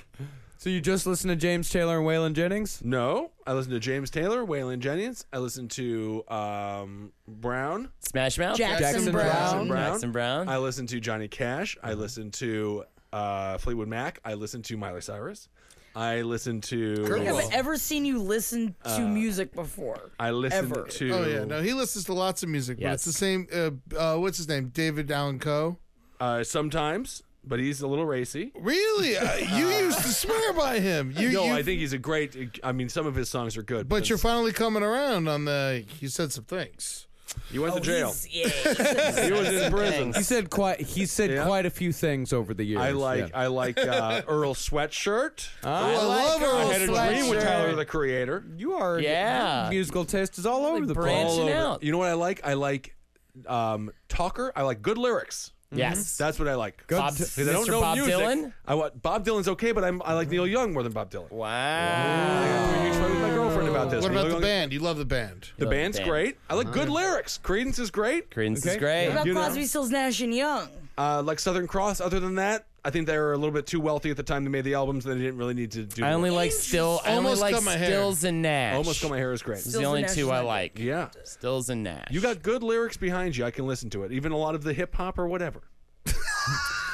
L: So you just listen to James Taylor and Waylon Jennings?
H: No, I listen to James Taylor, Waylon Jennings. I listen to um, Brown.
K: Smash Mouth.
I: Jackson,
L: Jackson
I: Brown.
H: Jackson Brown.
K: Jackson Brown.
H: I listen to Johnny Cash. I listen to uh, Fleetwood Mac. I listen to Miley Cyrus. I listen to.
I: I have ever seen you listen to music before.
H: I listen
I: ever.
H: to.
J: Oh yeah, no, he listens to lots of music, but it's the same. Uh, uh, what's his name? David Allen Coe.
H: Uh, sometimes, but he's a little racy.
J: Really? Uh, [laughs] you used to swear by him. You,
H: no,
J: you,
H: I think he's a great. I mean, some of his songs are good.
J: But you're
H: then-
J: finally coming around on the. You said some things.
H: you went to jail.
I: Oh, He's- Yeah, he's-
H: He was in prison.
L: He said quite. He said
H: Yeah.
L: quite a few things over the years.
H: I like
L: Yeah. Oh,
H: I like [laughs] uh, Earl Sweatshirt.
J: I, love her.
H: I had a dream with Tyler the Creator.
L: You are.
K: Yeah.
L: your Musical taste is all over the place.
K: branching
H: All over.
K: out.
H: You know what I like? I like um, Talker. I like good lyrics.
K: Yes.
H: That's what I like. Good.
K: Bob-
H: Because I don't
K: Mr.
H: know
K: Bob
H: music.
K: Dylan?
H: I want Bob Dylan's okay, but I'm, I like Neil Young more than Bob Dylan.
K: Wow.
H: I had a huge fight with my girlfriend about this.
J: What
H: Neil
J: about the
H: Young-
J: band? You love the band.
H: The
K: love the
H: band's
K: band.
H: great. I like good lyrics. Credence is great.
K: Credence is great.
I: What about
H: You know.
I: Crosby, Stills, Nash, and Young?
H: Uh, like Southern Cross. Other than that, I think they were a little bit too wealthy at the time they made the albums. They didn't really need to do.
K: I
H: the
K: only
H: work.
K: like still. I only
J: Almost
K: like
J: cut my hair.
K: stills and Nash.
H: almost got my hair is great.
K: This is
I: Stills
K: the only
I: and Nash
K: two
I: is
K: I
I: my
K: like.
H: Yeah,
K: Stills and Nash.
H: you got good lyrics behind you. I can listen to it. Even a lot of the hip hop or whatever.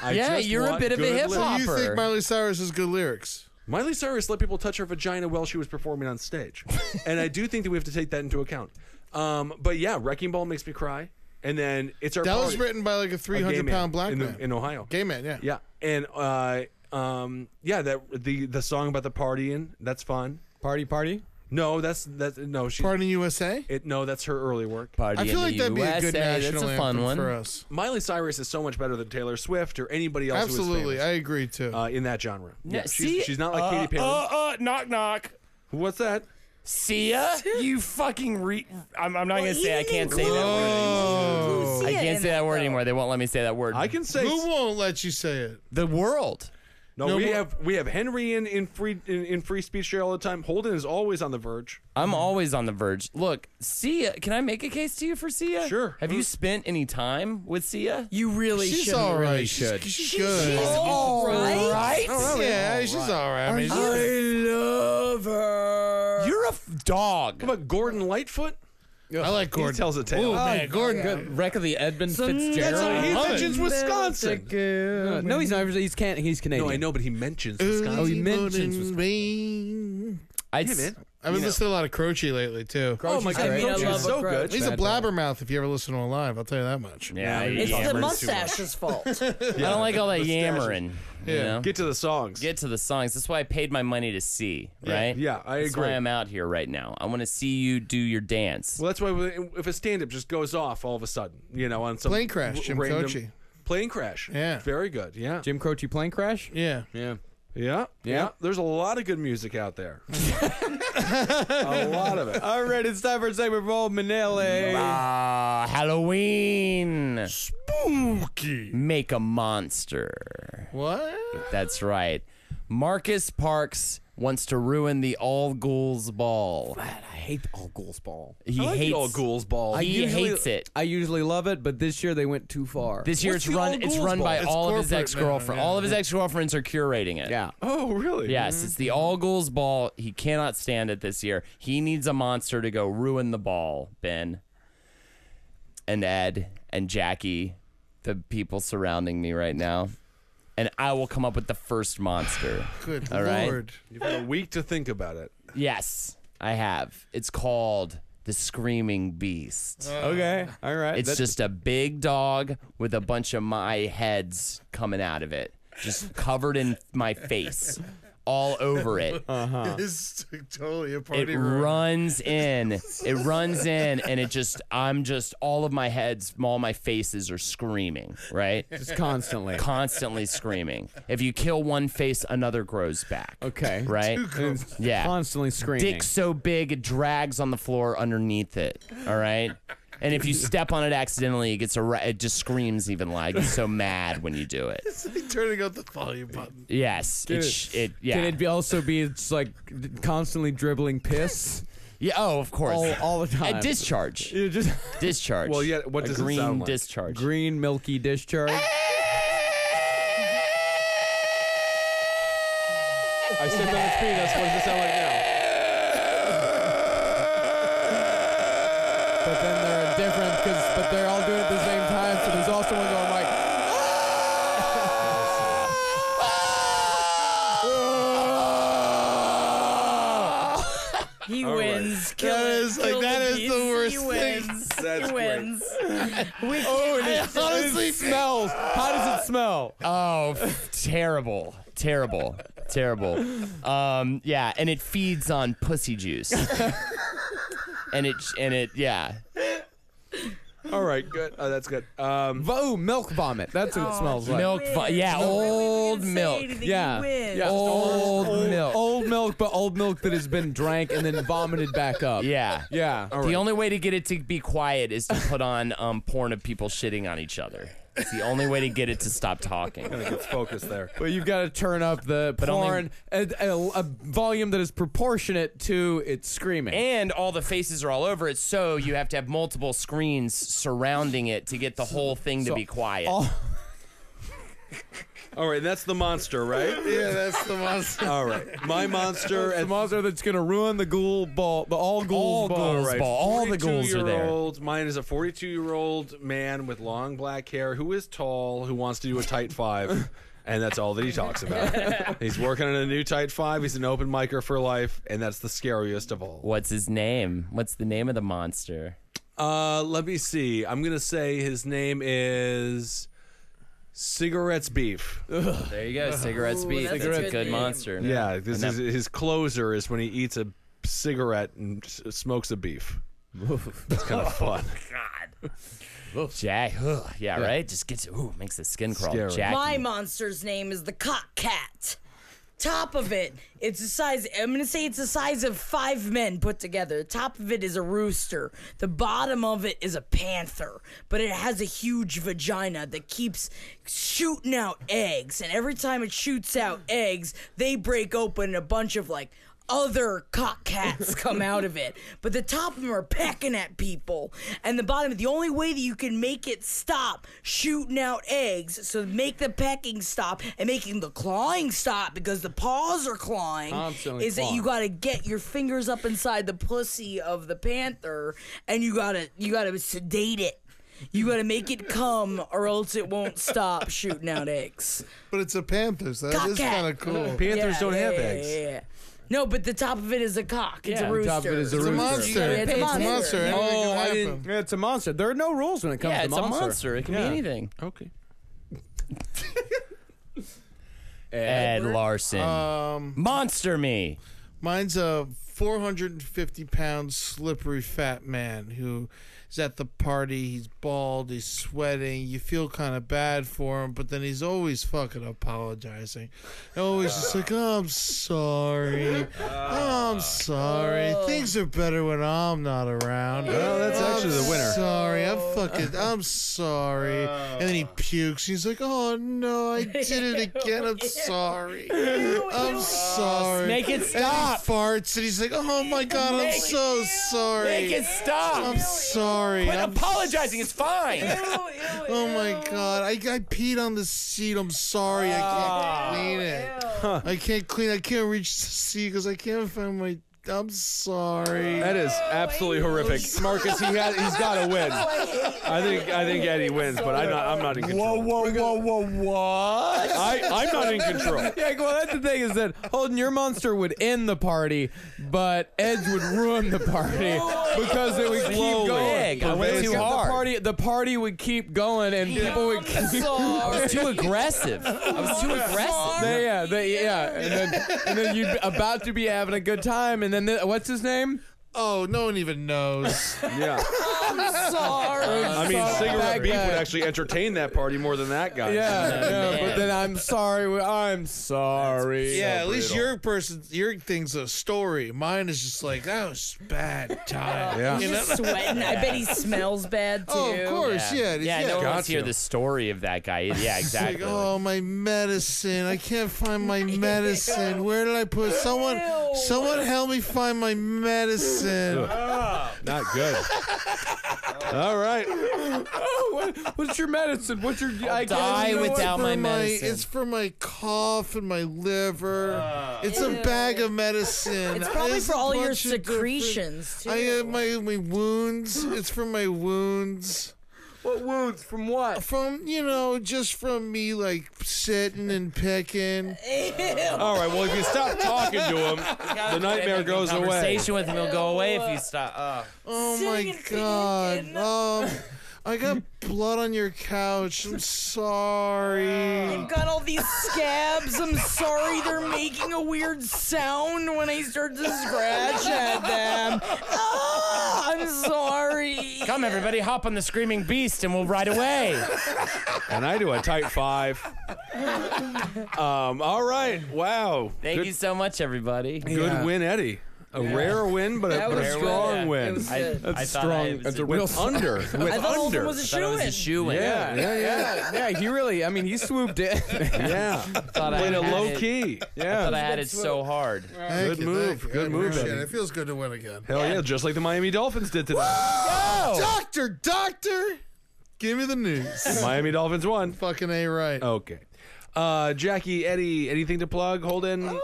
H: I
K: Yeah,
H: just
K: you're a
H: want
K: bit of a
H: good
K: hip
H: lyrics.
K: hop.
J: You
K: Hopper.
J: think Miley Cyrus has good lyrics?
H: Miley Cyrus let people touch her vagina while she was performing on stage. and I do think that we have to take that into account. Um, but yeah, Wrecking Ball makes me cry. And then it's our
J: That was
H: party.
J: written by like a
H: A gay
J: 300
H: man
J: pound black
H: in, the-
J: man
H: in Ohio.
J: Gay man, yeah.
H: Yeah. And uh, um, yeah, that the the song about the partying, that's fun.
L: Party, party.
H: No, that's that's no she
J: Pardon USA.
H: it, no, that's her early work.
K: Party
J: I feel
K: in
J: like
K: the
J: that'd be a
K: USA.
J: good national
K: That's a fun
J: anthem
K: one.
J: for us.
H: Miley Cyrus is so much better than Taylor Swift or anybody else who
J: Absolutely,
H: is
J: I
H: famous,
J: agree too.
H: uh, in that genre.
K: Yeah, see?
H: she's, she's not like
K: uh,
H: Katy Perry.
K: Uh, uh, knock, knock.
H: What's that?
K: See ya? You fucking re. I'm, I'm not
I: Well,
K: gonna
I: he
K: say I
I: didn't
K: can't say that
I: include-
K: word anymore.
I: Who's
K: I
I: it
K: can't
I: in
K: say that word
I: though?
K: anymore. They won't let me say that word.
H: I can say
J: Oh, Who won't let you say it?
K: the world.
H: No,
J: No,
H: we
J: but-
H: have we have Henry in in free in, in free speech here all the time. Holden is always on the verge.
K: I'm always on the verge. Look, Sia, can I make a case to you for Sia?
H: Sure.
K: Have you spent any time with Sia?
I: You really
J: She's
I: should.
J: all right.
L: really
J: she's,
L: should.
J: she's good.
I: She's
J: Oh,
L: Oh,
I: all right.
J: yeah, she's all right. I mean, she's-
K: love her. You're a f- dog.
H: What about Gordon Lightfoot?
J: I like Gordon.
H: tells a tale.
J: Ooh, man, Gordon.
L: Good. Wreck of the Edmund
H: That's what he
L: Fitzgerald.
H: mentions Wisconsin.
L: Uh, no, he's not. He's can He's Canadian.
H: No, I know, but he mentions
L: Oh,
H: Wisconsin.
L: he mentions
J: Gordon Rain.
K: I'd
H: Hey,
K: s-
H: man.
J: I've been listening to a lot of Croce lately too.
H: Oh my God,
I: great.
H: Croce
I: I love
H: is so
I: a
H: good.
I: Croce.
J: He's a blabbermouth if you ever listen to him live. I'll tell you that much.
K: Yeah,
H: Yeah,
I: It's
K: yeah.
I: the
H: Yammering too much.
I: mustache's fault.
K: I don't like all that
H: Mustache.
K: yammering. You
J: Yeah.
K: know?
H: Get to the songs.
K: Get to the songs. That's why I paid my money to see, right?
H: yeah, I
K: That's
H: agree.
K: why I'm out here right now. I want to see you do your dance.
H: well, that's why we- if a stand-up just goes off all of a sudden, you know, on some
J: Plane crash,
H: r-
J: Jim
H: random-
J: Croce.
H: Plane crash.
J: Yeah.
H: very good. Yeah.
L: Jim Croce plane crash.
J: Yeah.
L: Yeah.
H: yeah, yeah, There's a lot of good music out there. a lot of it.
L: All right, it's time for segment Paul Manelli.
K: Ah, Halloween. Spooky. Make a monster.
J: What?
K: That's right. Marcus Parks wants to ruin the All Ghouls Ball.
L: I hate the All Ghouls Ball.
K: He hates
L: I
K: He
L: usually-
K: hates it.
L: I usually love it, but this year they went too far.
K: This year it's run. It's run by all of his ex girlfriend. All of his ex girlfriends are curating it. Yeah.
H: Oh, really?
K: Yes, it's the All Ghouls Ball. He cannot stand it this year. He needs a monster to go ruin the ball. Ben, and Ed, and Jackie, the people surrounding me right now, and I will come up with the first monster.
C: Good
K: All right?
C: lord.
H: You've had a week to think
C: [laughs]
H: about it.
K: Yes, I have. It's called the Screaming Beast.
L: Okay, all right.
K: It's
L: Uh, That- [laughs]
K: just a big dog with a bunch of my heads coming out of it, just covered in my face, all over
L: [laughs]
K: it.
J: [laughs]
C: This is totally a party
K: it
C: room.
K: runs
L: [laughs]
K: in. It runs in, and it just, I'm just, all of my heads, all my faces are screaming, right?
L: Just constantly.
K: Constantly screaming. If you kill one face, another grows back.
L: Okay.
K: Right?
L: It's
K: Yeah.
L: Constantly screaming.
K: Dick so big it drags on the floor underneath it. All right. And
L: [laughs]
K: if you step on it accidentally, it gets a ra- it just screams even like it's so mad when you
L: [laughs]
K: do it.
C: It's like turning up the volume
H: [laughs]
C: button.
K: Yes, it, sh- it yeah
L: Can it be also be it's like d- constantly dribbling piss
K: yeah oh of course
L: all, all the time?
K: a discharge
L: You just [laughs]
K: discharge.
H: Well, yeah, what
K: a
H: does it
K: green
H: sound like?
K: discharge?
L: green milky discharge.
H: I stepped on its feet. That's what does it sound like now?
L: But then they're different because but they're all doing it at the same time. So there's also one going like.
I: He wins. Kill
C: That
I: it.
C: is, like,
I: Kill
C: that
I: the
C: is the
I: beast.
C: worst
I: he
C: thing.
I: Wins.
H: That's
I: he wins. We
L: [laughs] Oh, and
C: it- honestly-
L: [laughs] it smells. How does it smell? [laughs]
K: Oh, f- terrible, terrible, terrible. Um, yeah, and it feeds on pussy
L: [laughs]
K: juice. and it and it yeah
H: All right, good. Oh, that's good. Um, [laughs]
L: Oh, milk vomit. That's what it smells like.
K: milk vo- yeah old milk
L: Yeah. yeah. Old, milk. Old milk, but old milk that has been drank and then vomited back up.
K: yeah
L: Yeah.
K: The only way to get it to be quiet is to put on um, porn of people shitting on each other. It's the only way to get it to stop talking.
H: let's focus there.
L: But you've got to turn up the porn,
K: only-
L: a, a, a volume that is proportionate to its screaming.
K: And all the faces are all over it, so you have to have multiple screens surrounding it to get the whole thing to be quiet.
L: all-
H: All right, that's the monster, right?
C: Yeah, that's the monster.
H: All right, my monster
L: the
H: and
L: monster that's going to ruin the ghoul ball, the all
K: All
L: ghouls ball.
K: ghouls
H: right,
K: ball. All the ghouls are there.
H: 42-year-old Mine is a 42 year old man with long black hair who is tall, who wants to do a
K: [laughs]
H: tight five, and that's all that he talks about. He's working on a new tight five. He's an open micer for life, and that's the scariest of all.
K: What's his name? What's the name of the monster?
H: Uh, let me see. I'm gonna say his name is Cigarettes Beef.
K: There you go. Cigarette speed.
I: that's a
K: Cigarette
I: good
K: good
I: name.
K: monster.
H: [laughs] Yeah, this
K: And
H: is his closer is when he eats a cigarette and s- smokes a beef. That's kind of fun.
K: Jack. ugh, yeah, right. Just gets. Ooh, makes the skin crawl.
H: Scary.
K: Jackie.
I: My monster's name is the cock cat. Top of it, it's the size. I'm gonna say it's the size of five men put together. The top of it is a rooster. The bottom of it is a panther, but it has a huge vagina that keeps shooting out eggs. And every time it shoots out eggs, they break open and a bunch of like other cock cats come out of it. But the top of them are pecking at people. And the bottom, the only way that you can make it stop shooting out eggs, so make the pecking stop and making the clawing stop because the paws are clawing,
L: Constantly
I: is that you
L: clawing.
I: gotta get your fingers up inside the pussy of the panther and you gotta you gotta sedate it. You gotta make it come or else it won't stop shooting out eggs.
C: But it's a panther, so that
I: Cock
C: is
I: cat.
C: kind of cool.
H: Panthers
I: Yeah,
H: don't
I: yeah,
H: have
I: yeah,
H: eggs.
I: yeah, yeah. No, but the top of it is a cock. It's
K: Yeah.
I: a
K: The
I: rooster.
L: top of it is a
C: It's a
L: rooster.
C: monster.
I: Yeah,
C: It's
I: it's a
C: a
I: monster.
C: monster.
I: Yeah.
C: Anything can
L: Oh, I
C: happen.
L: didn't. yeah, It's a monster. There are no rules when it comes
K: Yeah,
L: to
K: it's
L: monster.
K: a monster. It can
L: Yeah.
K: be anything.
H: Okay.
K: Ed Larson.
C: Um,
K: Monster me.
C: mine's a 450 pound slippery fat man who is at the party. He's bald. He's sweating. You feel kind of bad for him, but then he's always fucking apologizing. Always just like, oh, I'm sorry. Oh, I'm sorry. Things are better when I'm not around.
H: Well, that's
C: I'm
H: actually the winner.
C: Sorry, I'm
J: fucking, I'm sorry. and then he pukes. He's like, oh no, I did it again. I'm sorry. I'm sorry.
K: Make it
J: And
K: stop.
J: he farts and he's like, oh my god, I'm
K: Make-
J: so sorry.
K: Make it stop.
J: I'm sorry.
K: Quit
J: I'm
K: apologizing. It's fine.
J: Oh my god, I, I peed on the seat. I'm sorry. I can't clean it. I can't clean. I can't reach the seat because I can't find my. I'm sorry.
H: That is absolutely horrific, Marcus. He had he's got to win. I think I think Eddie wins, but I'm not I'm not in control.
K: whoa, whoa, whoa, what?
H: I I'm not in control.
L: [laughs] Yeah, well, that's the thing is that Holden, your monster would end the party, but Ed's would ruin the party because it would keep
H: Slowly.
L: going.
K: I went too
L: The
K: hard.
L: party, the party would keep going, and people would. Keep,
K: I was too aggressive. I was [laughs] too aggressive.
L: they, yeah, they, yeah, and then and then you'd be about to be having a good time, and then the, what's his name?
J: Oh, no one even knows.
H: Yeah.
L: Sorry.
H: I mean, cigarette
L: Bad
H: beef would
L: guy.
H: actually entertain that party more than that guy.
K: [laughs]
L: Yeah, yeah, but then I'm sorry. we- I'm sorry.
J: yeah, at least your person, your thing's a story. Mine is just like that was a bad time.
H: Yeah.
I: He's just sweating. I bet he smells bad too.
J: Oh, of course, yeah, it's-
K: Yeah,
J: yeah.
K: no one wants to hear
H: Gotcha.
K: the story of that guy. Yeah,
J: Like,
K: exactly.
J: oh my medicine! I can't find my medicine. Where did I put someone? Someone help me find my medicine.
H: Not good. All right.
L: Oh, [laughs] what, what's your medicine? What's your? i guess
K: die
L: you know
K: with
L: what?
K: that-
J: for
K: my medicine.
J: It's for my cough and my liver. it's a bag of medicine.
I: It's probably for
J: a
I: all your
J: bunch of different-
I: secretions too.
J: I have my my wounds. It's for my wounds.
L: What wounds from
I: [laughs]
L: what?
J: From you know, just from me like sitting
I: [laughs]
J: and picking.
H: All right. Well, if you stop talking to him, the nightmare goes away.
K: Conversation with him will go away if you stop. Oh.
J: Oh
I: Sitting
J: my
I: and
J: god.
I: picking. [laughs]
J: Um, I got blood on your couch. I'm sorry.
I: I've got all these scabs. I'm sorry they're making a weird sound when I start to scratch at them. Ah, I'm sorry.
K: Come everybody, hop on the screaming beast and we'll ride away.
H: And I do a tight five. Um. All right. Wow.
K: Thank
H: good,
K: you so much, everybody.
H: Good win, Eddie. A rare win, but a,
I: That
H: but a
I: was
H: strong
I: good.
H: win.
I: It was
K: I,
I: good.
K: I thought [laughs] I
L: strong.
K: was
L: That's
K: a-
L: a real
H: with under.
L: [laughs]
H: With
I: I thought Holden
H: under.
I: was a
K: thought I was a
I: shoe
K: shoe in.
H: yeah, yeah, yeah,
L: Yeah, yeah. He really. I mean, he swooped in.
H: yeah.
K: Thought I
H: Played it
K: had
H: low
K: it-
H: key.
K: I
H: Yeah.
K: thought I had it so hard.
J: Thank
H: Good
J: you,
H: move,
J: thank you.
H: good
J: I
H: move,
J: appreciate
H: Eddie.
J: It. it feels good to win again.
H: Hell yeah! Just like the Miami Dolphins did today.
J: Doctor, doctor, [laughs] give me the news.
H: Miami Dolphins won.
J: [laughs] Fucking a right.
H: Okay. Uh, Jackie, Eddie, anything to plug? Holden, uh,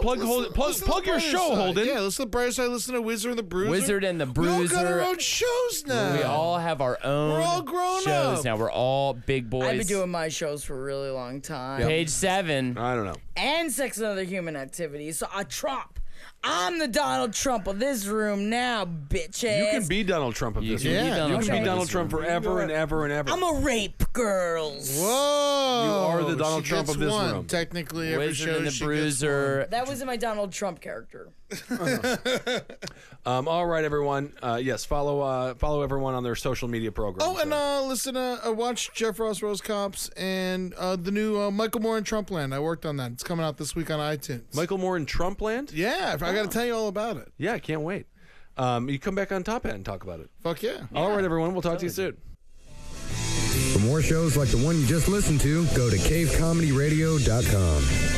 H: plug, Holden, plug,
J: Listen to
H: plug
J: the
H: your
J: brighter
H: show,
J: side.
H: Holden.
J: Yeah, listen to the brighter side. Listen to Wizard and the Bruiser.
K: Wizard and the
J: We all got our
K: Bruiser.
J: own shows now.
K: We all have our own
J: We're all grown
K: shows
J: up.
K: now. We're all big boys.
I: I've been doing my shows for a really long time.
K: Page seven.
H: I don't know.
I: and Sex and Other Human Activities. So I Trump. I'm the Donald Trump of this room now, bitches.
H: You can be Donald Trump of this.
K: can be
H: one.
K: Yeah. Donald
H: you can
K: Trump
H: be
K: of
H: Donald
K: this
H: Trump forever and ever and ever.
I: I'm a rape girls.
J: Whoa!
H: You are the Donald
J: Oh, she
H: Trump
J: gets
H: of this
J: one.
H: room.
J: Technically, every
K: Wizard and
J: show
K: the
J: she gets
K: Bruiser.
I: That was in my Donald Trump character.
H: um, all right, everyone. Uh, yes, follow uh, follow everyone on their social media programs.
J: Oh, and uh, listen, uh, I watched Jeff Ross Rose Cops and uh, the new uh, Michael Moore and Trumpland. I worked on that. It's coming out this week on iTunes.
H: Michael Moore in Trumpland.
J: yeah, I got to tell you all about it.
H: Yeah, I can't wait. Um, you come back on Top Hat and talk about it.
J: Fuck yeah.
H: All right, everyone. We'll talk to you soon.
N: For more shows like the one you just listened to, go to cavecomedyradio.com.